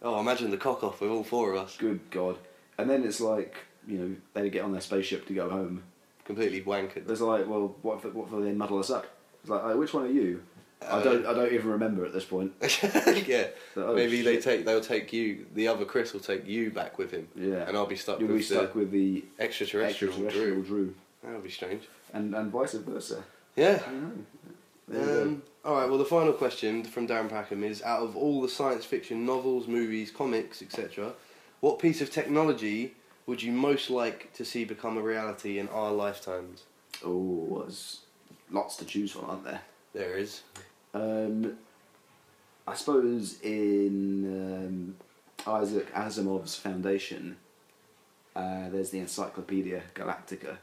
Speaker 2: Oh, imagine the cock off with all four of us.
Speaker 3: Good God. And then it's like, you know, they get on their spaceship to go home.
Speaker 2: Completely wankered.
Speaker 3: It's like, well, what if, what if they muddle us up? It's like, oh, which one are you?
Speaker 2: Uh,
Speaker 3: I don't I don't even remember at this point.
Speaker 2: yeah.
Speaker 3: So, oh,
Speaker 2: Maybe they
Speaker 3: shit.
Speaker 2: take they'll take you the other Chris will take you back with him.
Speaker 3: Yeah.
Speaker 2: And I'll be stuck
Speaker 3: You'll
Speaker 2: with
Speaker 3: be stuck
Speaker 2: the
Speaker 3: with the
Speaker 2: extraterrestrial,
Speaker 3: extraterrestrial
Speaker 2: Drew.
Speaker 3: Drew.
Speaker 2: That'll be strange.
Speaker 3: And, and vice versa.
Speaker 2: Yeah.
Speaker 3: I don't know. There you go.
Speaker 2: Um, all right. Well, the final question from Darren Packham is: Out of all the science fiction novels, movies, comics, etc., what piece of technology would you most like to see become a reality in our lifetimes?
Speaker 3: Oh, there's lots to choose from, aren't there?
Speaker 2: There is.
Speaker 3: Um, I suppose in um, Isaac Asimov's Foundation, uh, there's the Encyclopedia Galactica,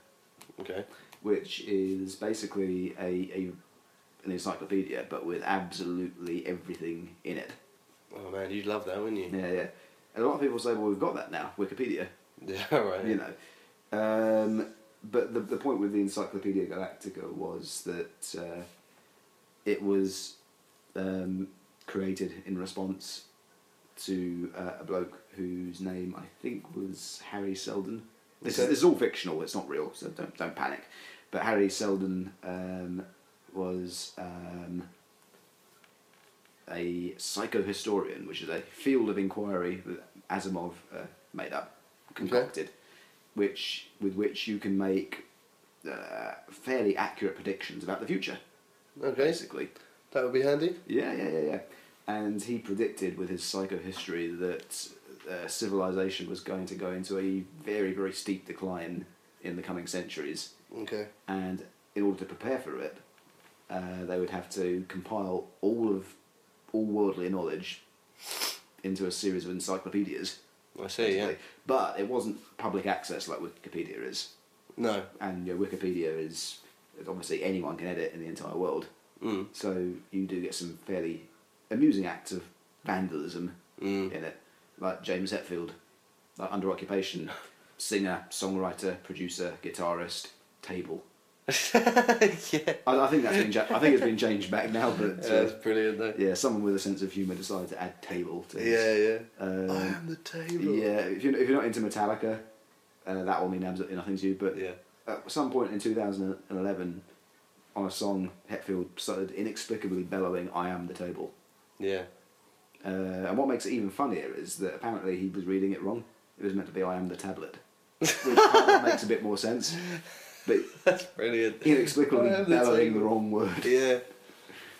Speaker 2: Okay.
Speaker 3: which is basically a, a an encyclopedia but with absolutely everything in it.
Speaker 2: Oh man, you'd love that, wouldn't you?
Speaker 3: Yeah, yeah. And a lot of people say, well, we've got that now, Wikipedia.
Speaker 2: Yeah. all right.
Speaker 3: you know. Um, but the, the point with the Encyclopedia Galactica was that uh, it was um, created in response to uh, a bloke whose name I think was Harry Seldon. This,
Speaker 2: Okay.
Speaker 3: is, this is all fictional, it's not real, so don't, don't panic. But Harry Seldon um, was um, a psychohistorian, which is a field of inquiry that Asimov uh, made up, concocted, which with which you can make uh, fairly accurate predictions about the future,
Speaker 2: Okay.
Speaker 3: basically.
Speaker 2: That would be handy.
Speaker 3: Yeah, yeah, yeah, yeah. And he predicted with his psychohistory that uh, civilization was going to go into a very, very steep decline in the coming centuries
Speaker 2: Okay.
Speaker 3: and in order to prepare for it, uh, they would have to compile all of all worldly knowledge into a series of encyclopedias.
Speaker 2: I see. Yeah.
Speaker 3: basically. But it wasn't public access like Wikipedia is,
Speaker 2: No.
Speaker 3: and you know, Wikipedia is obviously anyone can edit in the entire world.
Speaker 2: Mm.
Speaker 3: So you do get some fairly amusing acts of vandalism
Speaker 2: Mm.
Speaker 3: in it, like James Hetfield, like under occupation, singer, songwriter, producer, guitarist, table.
Speaker 2: yeah.
Speaker 3: I, I think that's been ja- I think it's been changed back now, but
Speaker 2: That's
Speaker 3: uh,
Speaker 2: brilliant though.
Speaker 3: yeah, someone with a sense of humour decided to add table to
Speaker 2: Yeah.
Speaker 3: this.
Speaker 2: Yeah.
Speaker 3: Um,
Speaker 2: I am the table.
Speaker 3: yeah. If you're if you're not into Metallica, uh, that will mean absolutely nothing to you. But
Speaker 2: Yeah.
Speaker 3: at some point in 2011, on a song, Hetfield started inexplicably bellowing, "I am the table."
Speaker 2: Yeah.
Speaker 3: Uh, and what makes it even funnier is that apparently he was reading it wrong. It was meant to be, "I am the tablet," which kind of makes a bit more sense. But
Speaker 2: That's brilliant.
Speaker 3: inexplicably
Speaker 2: I am the
Speaker 3: bellowing the
Speaker 2: table.
Speaker 3: wrong word.
Speaker 2: Yeah.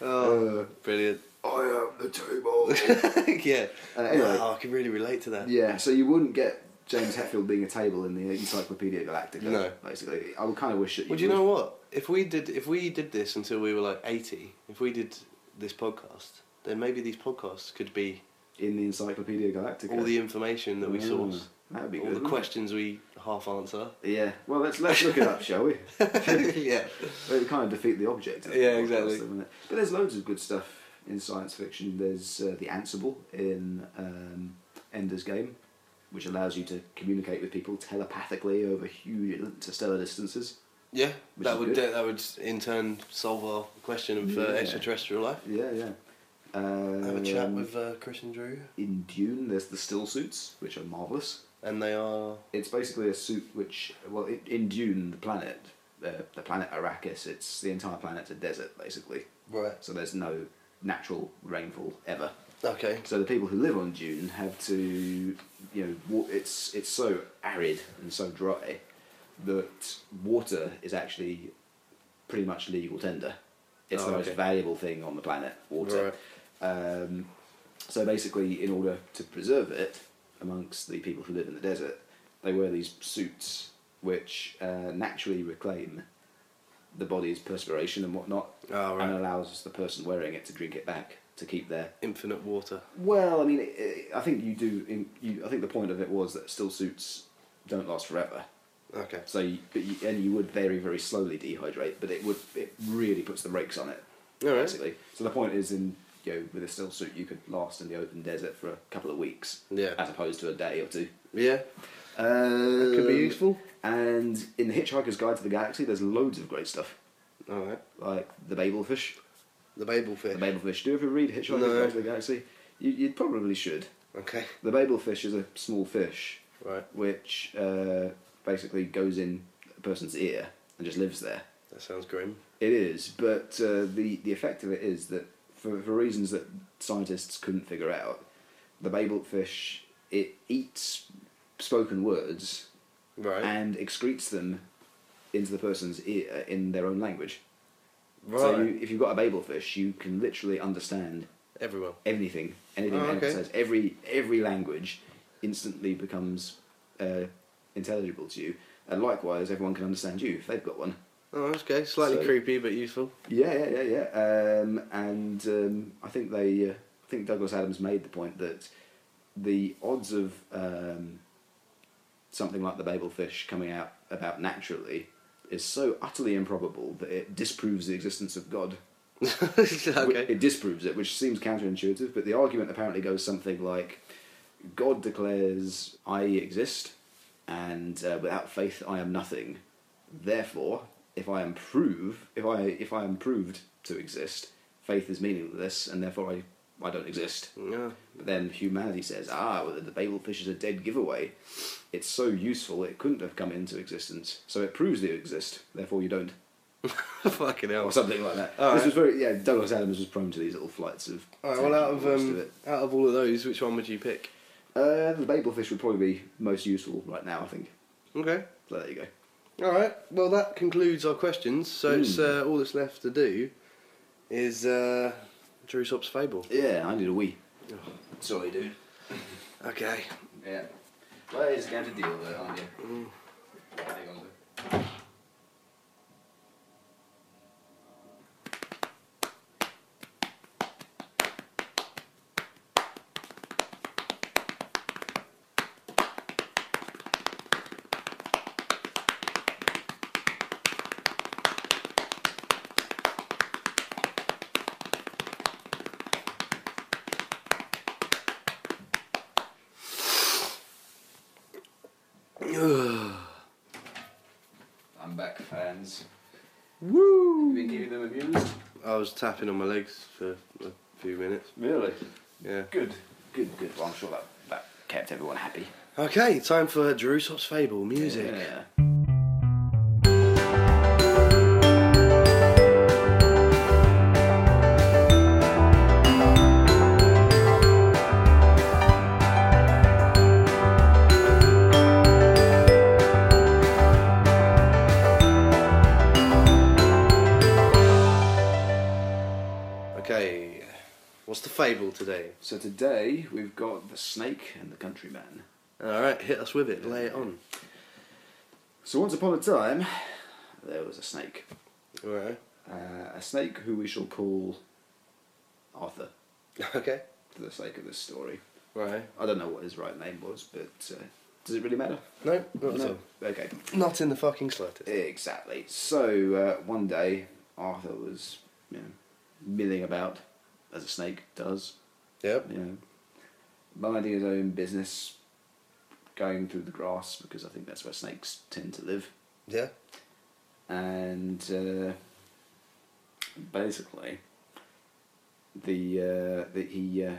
Speaker 2: Oh,
Speaker 3: Uh,
Speaker 2: brilliant. I am the table.
Speaker 3: yeah. Uh, anyway,
Speaker 2: Wow, Oh, I can really relate to that.
Speaker 3: yeah. So you wouldn't get James Hetfield being a table in the Encyclopedia Galactica.
Speaker 2: No.
Speaker 3: Basically, I would kind of wish that.
Speaker 2: Well, do you know what? If we did, if we did this until we were like eighty, if we did this podcast, then maybe these podcasts could be
Speaker 3: In the Encyclopedia Galactica.
Speaker 2: all the information that we
Speaker 3: Mm,
Speaker 2: source,
Speaker 3: That'd be
Speaker 2: all
Speaker 3: good.
Speaker 2: the questions we half answer.
Speaker 3: Yeah. Well, let's let's look it up, shall we?
Speaker 2: yeah.
Speaker 3: Well, It kind of defeat the object. of the
Speaker 2: Yeah,
Speaker 3: podcast,
Speaker 2: exactly.
Speaker 3: doesn't it? But there's loads of good stuff in science fiction. There's uh, the Ansible in um, Ender's Game, which allows you to communicate with people telepathically over huge interstellar distances.
Speaker 2: Yeah,
Speaker 3: Which
Speaker 2: that
Speaker 3: is
Speaker 2: would
Speaker 3: good.
Speaker 2: that would in turn solve our question of uh,
Speaker 3: Yeah.
Speaker 2: extraterrestrial life.
Speaker 3: Yeah, yeah. Um,
Speaker 2: Have a chat with uh, Chris and Drew,
Speaker 3: In Dune, there's the still suits, which are marvelous.
Speaker 2: and they are
Speaker 3: It's basically a suit which, well, i in Dune, the planet, uh, the planet Arrakis, it's the entire planet's a desert basically.
Speaker 2: right.
Speaker 3: So there's no natural rainfall ever.
Speaker 2: Okay.
Speaker 3: So the people who live on Dune have to, you know, wa- it's it's so arid and so dry that water is actually pretty much legal tender. It's
Speaker 2: Oh,
Speaker 3: the
Speaker 2: okay.
Speaker 3: most valuable thing on the planet, water. Um, so basically, in order to preserve it amongst the people who live in the desert, they wear these suits which uh, naturally reclaim the body's perspiration and whatnot,
Speaker 2: Oh, right.
Speaker 3: and allows the person wearing it to drink it back to keep their
Speaker 2: Infinite water.
Speaker 3: well, I mean, it, it, I think you do. In, you, I think the point of it was that still suits don't last forever.
Speaker 2: Okay.
Speaker 3: So, you, but you, and you would very, very slowly dehydrate, but it would it really puts the brakes on it.
Speaker 2: All right.
Speaker 3: Basically, so the point is in you know with a still suit you could last in the open desert for a couple of weeks,
Speaker 2: Yeah.
Speaker 3: as opposed to a day or two.
Speaker 2: Yeah.
Speaker 3: Um,
Speaker 2: could be useful.
Speaker 3: And in the Hitchhiker's Guide to the Galaxy, there's loads of great stuff
Speaker 2: All right.
Speaker 3: like the Babelfish.
Speaker 2: The Babel
Speaker 3: The
Speaker 2: fish.
Speaker 3: Babelfish. Do you ever read Hitchhiker's
Speaker 2: No.
Speaker 3: Guide to the Galaxy? You, you probably should.
Speaker 2: Okay.
Speaker 3: The babelfish is a small fish
Speaker 2: Right.
Speaker 3: which uh, basically goes in a person's ear and just lives there.
Speaker 2: That sounds grim.
Speaker 3: It is, but uh, the, the effect of it is that for, for reasons that scientists couldn't figure out, the babelfish it eats spoken words
Speaker 2: Right.
Speaker 3: and excretes them into the person's ear in their own language. So you, if you've got a babelfish, you can literally understand
Speaker 2: Everyone.
Speaker 3: anything, anything
Speaker 2: Oh,
Speaker 3: that anyone
Speaker 2: okay.
Speaker 3: says, every every language instantly becomes uh, intelligible to you. And likewise, everyone can understand you if they've got one.
Speaker 2: Oh, okay. Slightly
Speaker 3: So-
Speaker 2: creepy but useful.
Speaker 3: Yeah, yeah, yeah, yeah. Um, and um, I think they, uh, I think Douglas Adams made the point that the odds of um, something like the Babelfish coming out about naturally is so utterly improbable that it disproves the existence of God.
Speaker 2: okay.
Speaker 3: It disproves it, which seems counterintuitive, but the argument apparently goes something like God declares, I exist, and uh, without faith I am nothing. Therefore, if I am prove, if I if I am proved to exist, faith is meaningless, and therefore I, I don't exist.
Speaker 2: Yeah.
Speaker 3: But then humanity says, ah, well, the Babelfish is a dead giveaway. It's so useful it couldn't have come into existence, so it proves that you exist. Therefore, you don't
Speaker 2: Fucking hell.
Speaker 3: or something like that.
Speaker 2: All
Speaker 3: this
Speaker 2: right.
Speaker 3: was very yeah. Douglas Adams was prone to these little flights of.
Speaker 2: All right. Well, out of
Speaker 3: most
Speaker 2: um,
Speaker 3: it.
Speaker 2: out of all of those, which one would you pick?
Speaker 3: Uh, the babelfish would probably be most useful right now. I think.
Speaker 2: Okay.
Speaker 3: So there you go.
Speaker 2: All right. Well, that concludes our questions. So it's uh, all that's left to do is uh, Drew Sop's fable.
Speaker 3: Yeah, I need a wee.
Speaker 2: Oh.
Speaker 3: Sorry, dude.
Speaker 2: Okay.
Speaker 3: Yeah. Well, it's going to deal though, aren't you? Hang on. I'm back, fans. Woo! Been keeping them amused.
Speaker 2: I was tapping on my legs for a few minutes.
Speaker 3: Really?
Speaker 2: Yeah.
Speaker 3: Good. Good. Good. Well, I'm sure that that kept everyone happy.
Speaker 2: Okay. Time for Drew Sop's fable music.
Speaker 3: Yeah.
Speaker 2: Okay. What's fable today?
Speaker 3: So today we've got the snake and the countryman.
Speaker 2: All right, hit us with it. Lay it on.
Speaker 3: So once upon a time, there was a snake.
Speaker 2: All right.
Speaker 3: Uh, a snake who we shall call Arthur
Speaker 2: Okay.
Speaker 3: for the sake of this story.
Speaker 2: Right.
Speaker 3: I don't know what his right name was, but uh, does it really matter?
Speaker 2: No, not at
Speaker 3: No.
Speaker 2: all.
Speaker 3: Okay.
Speaker 2: Not in the fucking slightest.
Speaker 3: Exactly. So uh, one day, Arthur was you know, milling about, as a snake does,
Speaker 2: Yep.
Speaker 3: you know, minding his own business, going through the grass, because I think that's where snakes tend to live.
Speaker 2: Yeah.
Speaker 3: And uh, basically, the, uh, the he uh,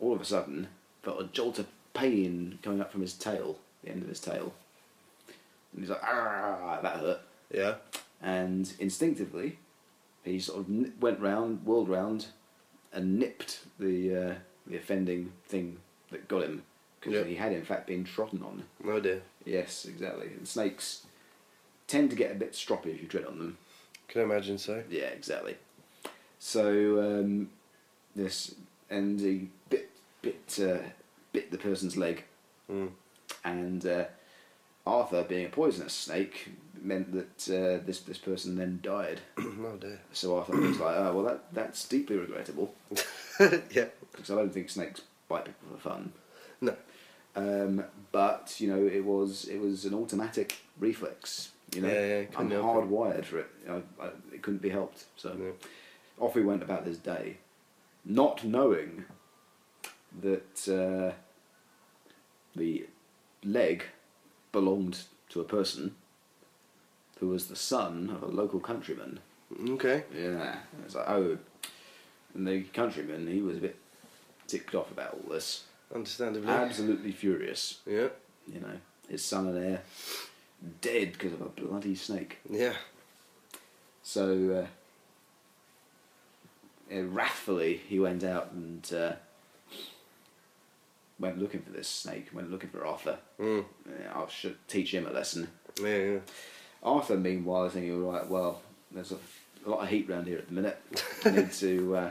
Speaker 3: all of a sudden felt a jolt of pain coming up from his tail, the end of his tail. And he's like, ah, that hurt
Speaker 2: Yeah.
Speaker 3: and instinctively, he sort of n- went round, whirled round, and nipped the uh, the offending thing that got him because
Speaker 2: Yep.
Speaker 3: he had in fact been trodden on.
Speaker 2: No dear.
Speaker 3: Yes, exactly. And snakes tend to get a bit stroppy if you tread on them.
Speaker 2: Can I imagine so?
Speaker 3: Yeah, exactly. So um, this and he bit bit uh, bit the person's leg,
Speaker 2: Mm.
Speaker 3: and uh, Arthur, being a poisonous snake, meant that uh, this this person then died.
Speaker 2: no dear.
Speaker 3: So I thought it was like, oh, well, that, that's deeply regrettable
Speaker 2: yeah.
Speaker 3: because I don't think snakes bite people for fun.
Speaker 2: No.
Speaker 3: Um, but you know, it was it was an automatic reflex. You know,
Speaker 2: Yeah, yeah, couldn't
Speaker 3: I'm
Speaker 2: help it.
Speaker 3: hardwired for it. I, I, it couldn't be helped. So
Speaker 2: No.
Speaker 3: off we went about this day, not knowing that uh, the leg belonged to a person who was the son of a local countryman.
Speaker 2: Okay.
Speaker 3: Yeah, it was like, oh, and the countryman, he was a bit ticked off about all this.
Speaker 2: Understandably.
Speaker 3: Absolutely furious,
Speaker 2: yeah.
Speaker 3: you know. His son and heir dead because of a bloody snake.
Speaker 2: Yeah.
Speaker 3: So, uh, uh, wrathfully, he went out and uh, went looking for this snake, went looking for Arthur.
Speaker 2: Mm.
Speaker 3: Yeah, I should teach him a lesson.
Speaker 2: Yeah. Yeah.
Speaker 3: Arthur, meanwhile, is thinking, right, well, there's a, a lot of heat round here at the minute. I need to uh,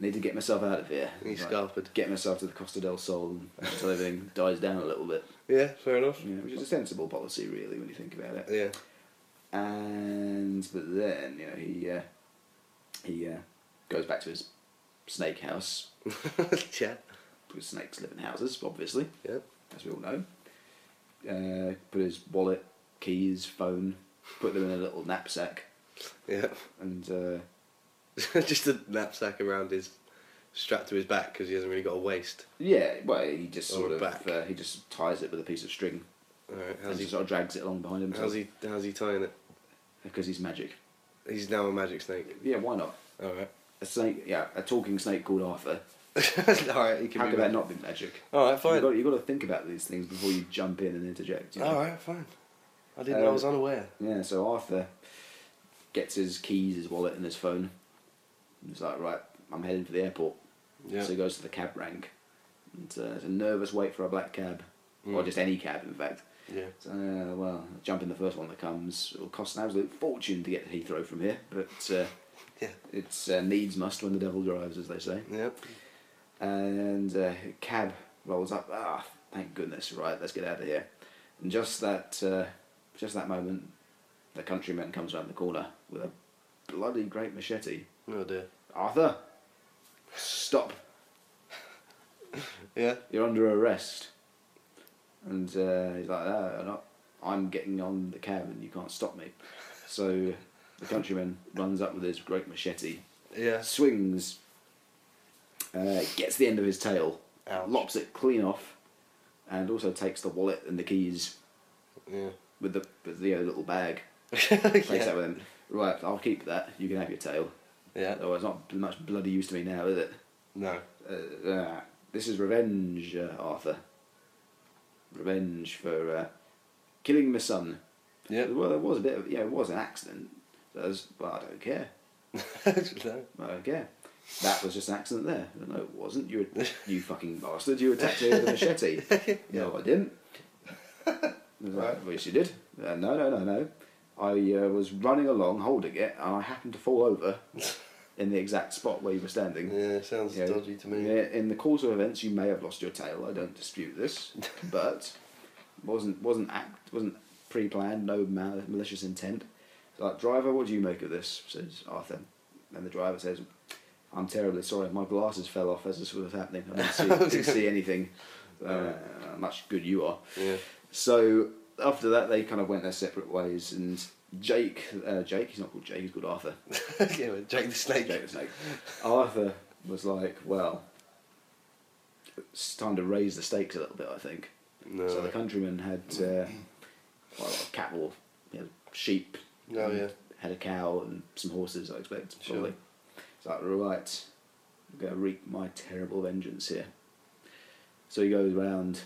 Speaker 3: need to get myself out of here.
Speaker 2: He's
Speaker 3: Like,
Speaker 2: scalped.
Speaker 3: Get myself to the Costa del Sol until everything dies down a little bit,
Speaker 2: Yeah. Fair enough.
Speaker 3: you know, which is a sensible policy, really, when you think about it.
Speaker 2: Yeah.
Speaker 3: And but then you know he uh, he uh, goes back to his snake house
Speaker 2: yeah.
Speaker 3: because snakes live in houses, obviously,
Speaker 2: Yeah.
Speaker 3: as we all know. Uh, put his wallet, keys, phone, put them in a little knapsack.
Speaker 2: Yeah.
Speaker 3: and uh,
Speaker 2: Just a knapsack around his, strapped to his back because he hasn't really got a waist.
Speaker 3: yeah, well, he just
Speaker 2: Or
Speaker 3: sort
Speaker 2: a
Speaker 3: of
Speaker 2: back.
Speaker 3: uh, he just ties it with a piece of string
Speaker 2: All right.
Speaker 3: and
Speaker 2: How's
Speaker 3: just
Speaker 2: he?
Speaker 3: sort of drags it along behind him
Speaker 2: How's he? How's he tying it?
Speaker 3: because he's magic.
Speaker 2: He's now a magic snake.
Speaker 3: Yeah, why not?
Speaker 2: All right.
Speaker 3: A snake, yeah, a talking snake called Arthur.
Speaker 2: all right. He can
Speaker 3: How
Speaker 2: be
Speaker 3: could that
Speaker 2: magic.
Speaker 3: not be magic?
Speaker 2: All right. Fine.
Speaker 3: You've got, you've got to think about these things before you jump in and interject. You know?
Speaker 2: All right. Fine. I didn't. know I
Speaker 3: Um,
Speaker 2: was unaware.
Speaker 3: Yeah, so Arthur gets his keys, his wallet, and his phone. He's like, right, I'm heading for the airport. So he goes to the cab rank. And, uh, it's a nervous wait for a black cab, or
Speaker 2: Mm.
Speaker 3: just any cab, in fact.
Speaker 2: Yeah.
Speaker 3: So, uh, well, jump in the first one that comes. It'll cost an absolute fortune to get to Heathrow from here, but uh,
Speaker 2: Yeah.
Speaker 3: it's uh, needs must when the devil drives, as they say.
Speaker 2: Yep.
Speaker 3: And uh, cab rolls up. Ah, thank goodness! Right, let's get out of here. And just that, uh, just that moment, the countryman comes round the corner with a bloody great machete.
Speaker 2: No dear.
Speaker 3: Arthur, stop!
Speaker 2: Yeah.
Speaker 3: You're under arrest. And uh, he's like, no, I'm, not, I'm getting on the cab and you can't stop me. So the countryman runs up with his great machete,
Speaker 2: Yeah.
Speaker 3: swings, uh, gets the end of his tail,
Speaker 2: Ouch.
Speaker 3: lops it clean off, and also takes the wallet and the keys
Speaker 2: Yeah.
Speaker 3: with the, with the little bag. Takes that
Speaker 2: yeah.
Speaker 3: with him. Right, I'll keep that. You can have your tail.
Speaker 2: yeah.
Speaker 3: Oh, it's not much bloody use to me now, is it?
Speaker 2: No.
Speaker 3: uh, uh, this is revenge, uh, Arthur. Revenge for uh, killing my son.
Speaker 2: Yep.
Speaker 3: Well, it was a bit of, yeah, it was an accident. So I was, well, I don't care.
Speaker 2: no.
Speaker 3: I don't care. That was just an accident there. No, it wasn't. You, you fucking bastard. You attacked me with a machete. No, I didn't. I was like,
Speaker 2: Right.
Speaker 3: well, yes, you did. Uh, no, no, no, no. I uh, was running along holding it and I happened to fall over in the exact spot where you were standing.
Speaker 2: Yeah, sounds
Speaker 3: Yeah.
Speaker 2: dodgy to me.
Speaker 3: Yeah, in the course of events, you may have lost your tail. I don't dispute this, but wasn't wasn't act wasn't pre-planned. No mal- malicious intent. It's like driver, what do you make of this? Says Arthur, and the driver says, "I'm terribly sorry. My glasses fell off as this was happening. I didn't see, didn't see anything. Uh, how much good you are."
Speaker 2: Yeah.
Speaker 3: So after that, they kind of went their separate ways, and Jake, uh, Jake, he's not called Jake, he's called Arthur.
Speaker 2: yeah, well, Jake the Snake.
Speaker 3: Jake the Snake. Arthur was like, well, it's time to raise the stakes a little bit, I think.
Speaker 2: No.
Speaker 3: So the countryman had uh, quite a lot of cattle, you know, sheep.
Speaker 2: Oh,
Speaker 3: and
Speaker 2: yeah.
Speaker 3: Had a cow and some horses, I expect.
Speaker 2: Sure.
Speaker 3: Probably. It's like, right, I'm going to wreak my terrible vengeance here. So he goes round,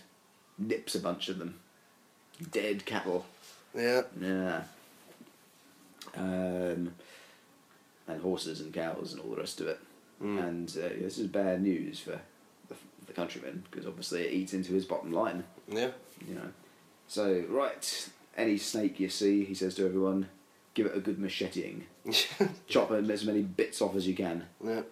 Speaker 3: nips a bunch of them, dead cattle.
Speaker 2: Yeah.
Speaker 3: Yeah. Um, and horses and cows and all the rest of it.
Speaker 2: Mm.
Speaker 3: And uh, this is bad news for the, the countryman because obviously it eats into his bottom line,
Speaker 2: Yeah.
Speaker 3: you know. So, right, any snake you see, he says to everyone, give it a good macheting. Chop it as many bits off as you can.
Speaker 2: yeah.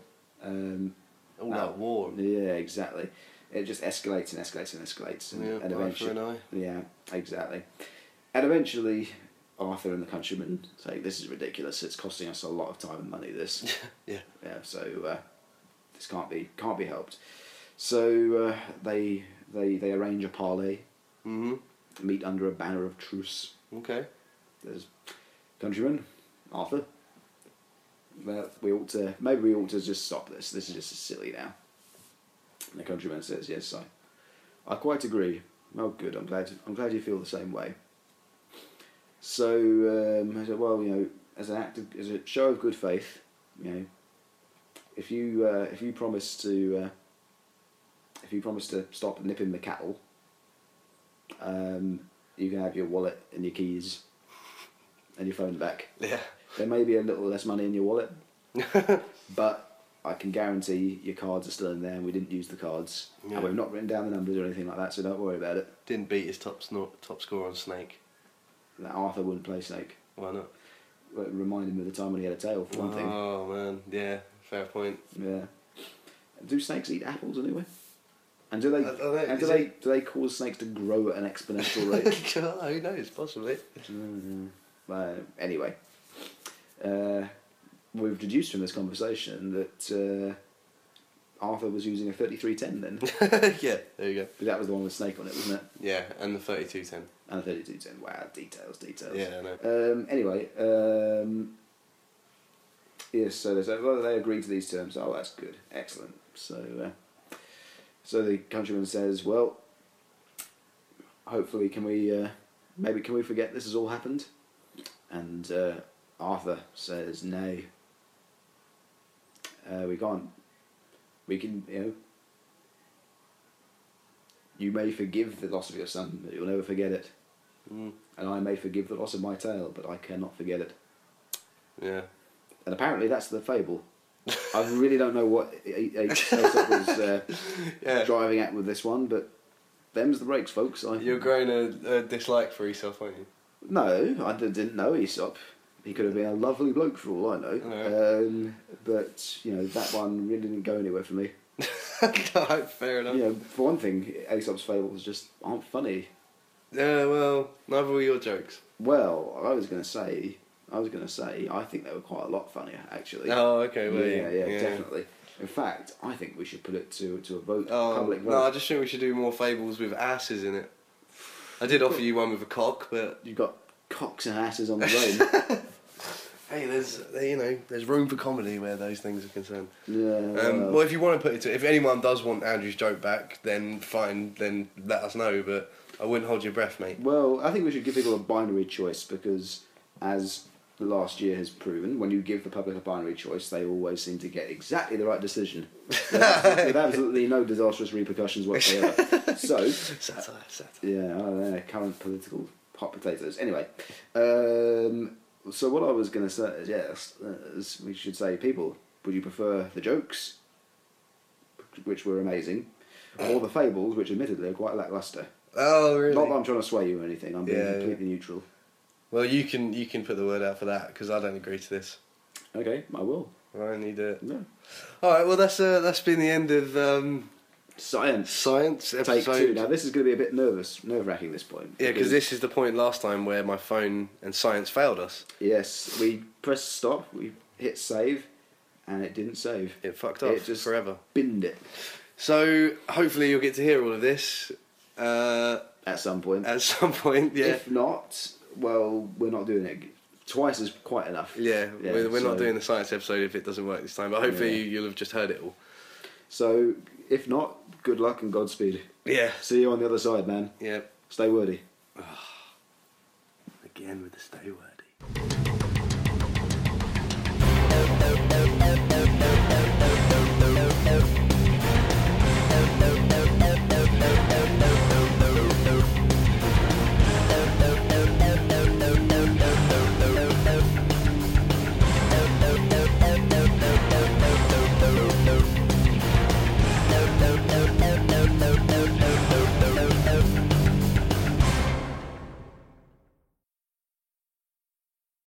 Speaker 3: Um,
Speaker 2: All
Speaker 3: Wow.
Speaker 2: that war.
Speaker 3: yeah, exactly. It just escalates and escalates and escalates. And,
Speaker 2: Yeah,
Speaker 3: and
Speaker 2: eye for
Speaker 3: eventually,
Speaker 2: an eye.
Speaker 3: yeah, exactly. And eventually, Arthur and the countryman say, "This is ridiculous. It's costing us a lot of time and money. This,
Speaker 2: Yeah.
Speaker 3: yeah. So uh, this can't be can't be helped." So uh, they they they arrange a parley,
Speaker 2: Mm-hmm.
Speaker 3: meet under a banner of truce.
Speaker 2: Okay.
Speaker 3: There's countryman, Arthur. Well, we ought to maybe we ought to just stop this. This is just silly now. And the countryman says, "Yes, I, I quite agree. Oh, good. I'm glad. I'm glad you feel the same way." So um, I said, "Well, you know, as an act, of, as a show of good faith, you know, if you uh, if you promise to uh, if you promise to stop nipping the cattle, um, you can have your wallet and your keys and your phone back.
Speaker 2: Yeah.
Speaker 3: There may be a little less money in your wallet, but I can guarantee your cards are still in there. and We didn't use the cards,
Speaker 2: Yeah.
Speaker 3: and we've not written down the numbers or anything like that. So don't worry about it.
Speaker 2: Didn't beat his top snor- top score on Snake.
Speaker 3: Now, Arthur wouldn't play Snake.
Speaker 2: Why not?
Speaker 3: Well, It reminded me of the time when he had a tail for one thing.
Speaker 2: Oh man, yeah, fair point.
Speaker 3: Yeah. Do snakes eat apples anyway? And do they?
Speaker 2: I- I don't-
Speaker 3: and do
Speaker 2: Uh, is
Speaker 3: they?
Speaker 2: it-
Speaker 3: Do they cause snakes to grow at an exponential rate?
Speaker 2: God, who knows? Possibly.
Speaker 3: Well, Mm, anyway, uh, we've deduced from this conversation that uh, Arthur was using a 3310 then. 'Cause
Speaker 2: yeah. There you go.
Speaker 3: that was the one with Snake on it, wasn't it?
Speaker 2: Yeah, and the thirty-two ten.
Speaker 3: And a 3210. Wow, details, details.
Speaker 2: Yeah, I know.
Speaker 3: Um, anyway, um, yes, so they said, well, they agreed to these terms. Oh, that's good. Excellent. So, uh, so the countryman says, well, hopefully, can we, uh, maybe can we forget this has all happened? And uh, Arthur says, no, uh, we can't. We can, you know. You may forgive the loss of your son, but you'll never forget it
Speaker 2: Mm,
Speaker 3: and I may forgive the loss of my tail, but I cannot forget it.
Speaker 2: yeah.
Speaker 3: And apparently, that's the fable. I really don't know what H- H- Aesop was uh,
Speaker 2: Yeah.
Speaker 3: driving at with this one, but them's the breaks, folks. I
Speaker 2: You're growing a, a dislike for yourself, aren't you?
Speaker 3: no, I d- didn't know Aesop. He could have been a lovely bloke for all I know.
Speaker 2: Yeah.
Speaker 3: Um, but you know that one really didn't go anywhere for me.
Speaker 2: Alright, fair enough.
Speaker 3: You know, for one thing, Aesop's fables just aren't funny.
Speaker 2: Yeah, well, neither were your jokes.
Speaker 3: Well, I was going to say, I was going to say, I think they were quite a lot funnier actually.
Speaker 2: Oh, okay, well,
Speaker 3: Yeah, yeah, definitely. In fact, I think we should put it to to a vote,
Speaker 2: Oh,
Speaker 3: public
Speaker 2: no, I
Speaker 3: vote.
Speaker 2: just think we should do more fables with asses in it. I did offer you one with a cock, but
Speaker 3: You've got cocks and asses on the road.
Speaker 2: hey, there's you know there's room for comedy where those things are concerned.
Speaker 3: yeah,
Speaker 2: Um,
Speaker 3: well,
Speaker 2: well, if you want to put it to, if anyone does want Andrew's joke back, then fine, then let us know. But I wouldn't hold your breath, mate.
Speaker 3: well, I think we should give people a binary choice because, as the last year has proven, when you give the public a binary choice, they always seem to get exactly the right decision with abs- with absolutely no disastrous repercussions whatsoever. so,
Speaker 2: Satire, satire.
Speaker 3: Yeah, I don't know, current political hot potatoes. Anyway, um, so what I was going to say is, yes, is we should say, people, would you prefer the jokes, which were amazing, or the fables, which admittedly are quite lacklustre?
Speaker 2: Oh, really?
Speaker 3: Not that I'm trying to sway you or anything, I'm being
Speaker 2: Yeah, yeah.
Speaker 3: completely neutral.
Speaker 2: Well, you can you can put the word out for that because I don't agree to this.
Speaker 3: Okay, I will.
Speaker 2: I need it.
Speaker 3: Yeah.
Speaker 2: All right. Well, that's uh, that's been the end of um,
Speaker 3: Science.
Speaker 2: science
Speaker 3: Take
Speaker 2: episode.
Speaker 3: two. Now this is going to be a bit nervous, nerve wracking this point.
Speaker 2: Yeah, because this is the point last time where my phone and science failed us.
Speaker 3: Yes, we pressed stop. We hit save, and it didn't save.
Speaker 2: It fucked up
Speaker 3: It just-
Speaker 2: forever.
Speaker 3: Binned it
Speaker 2: So hopefully you'll get to hear all of this uh,
Speaker 3: at some point.
Speaker 2: at some point. Yeah,
Speaker 3: If not, well, we're not doing it. Twice is quite enough.
Speaker 2: yeah. we're we're
Speaker 3: so-
Speaker 2: not doing the science episode if it doesn't work this time. But hopefully
Speaker 3: Yeah.
Speaker 2: you you'll have just heard it all.
Speaker 3: So if not, good luck and Godspeed.
Speaker 2: Yeah.
Speaker 3: See you on the other side, man.
Speaker 2: Yeah.
Speaker 3: Stay wordy.
Speaker 2: Again with the stay wordy.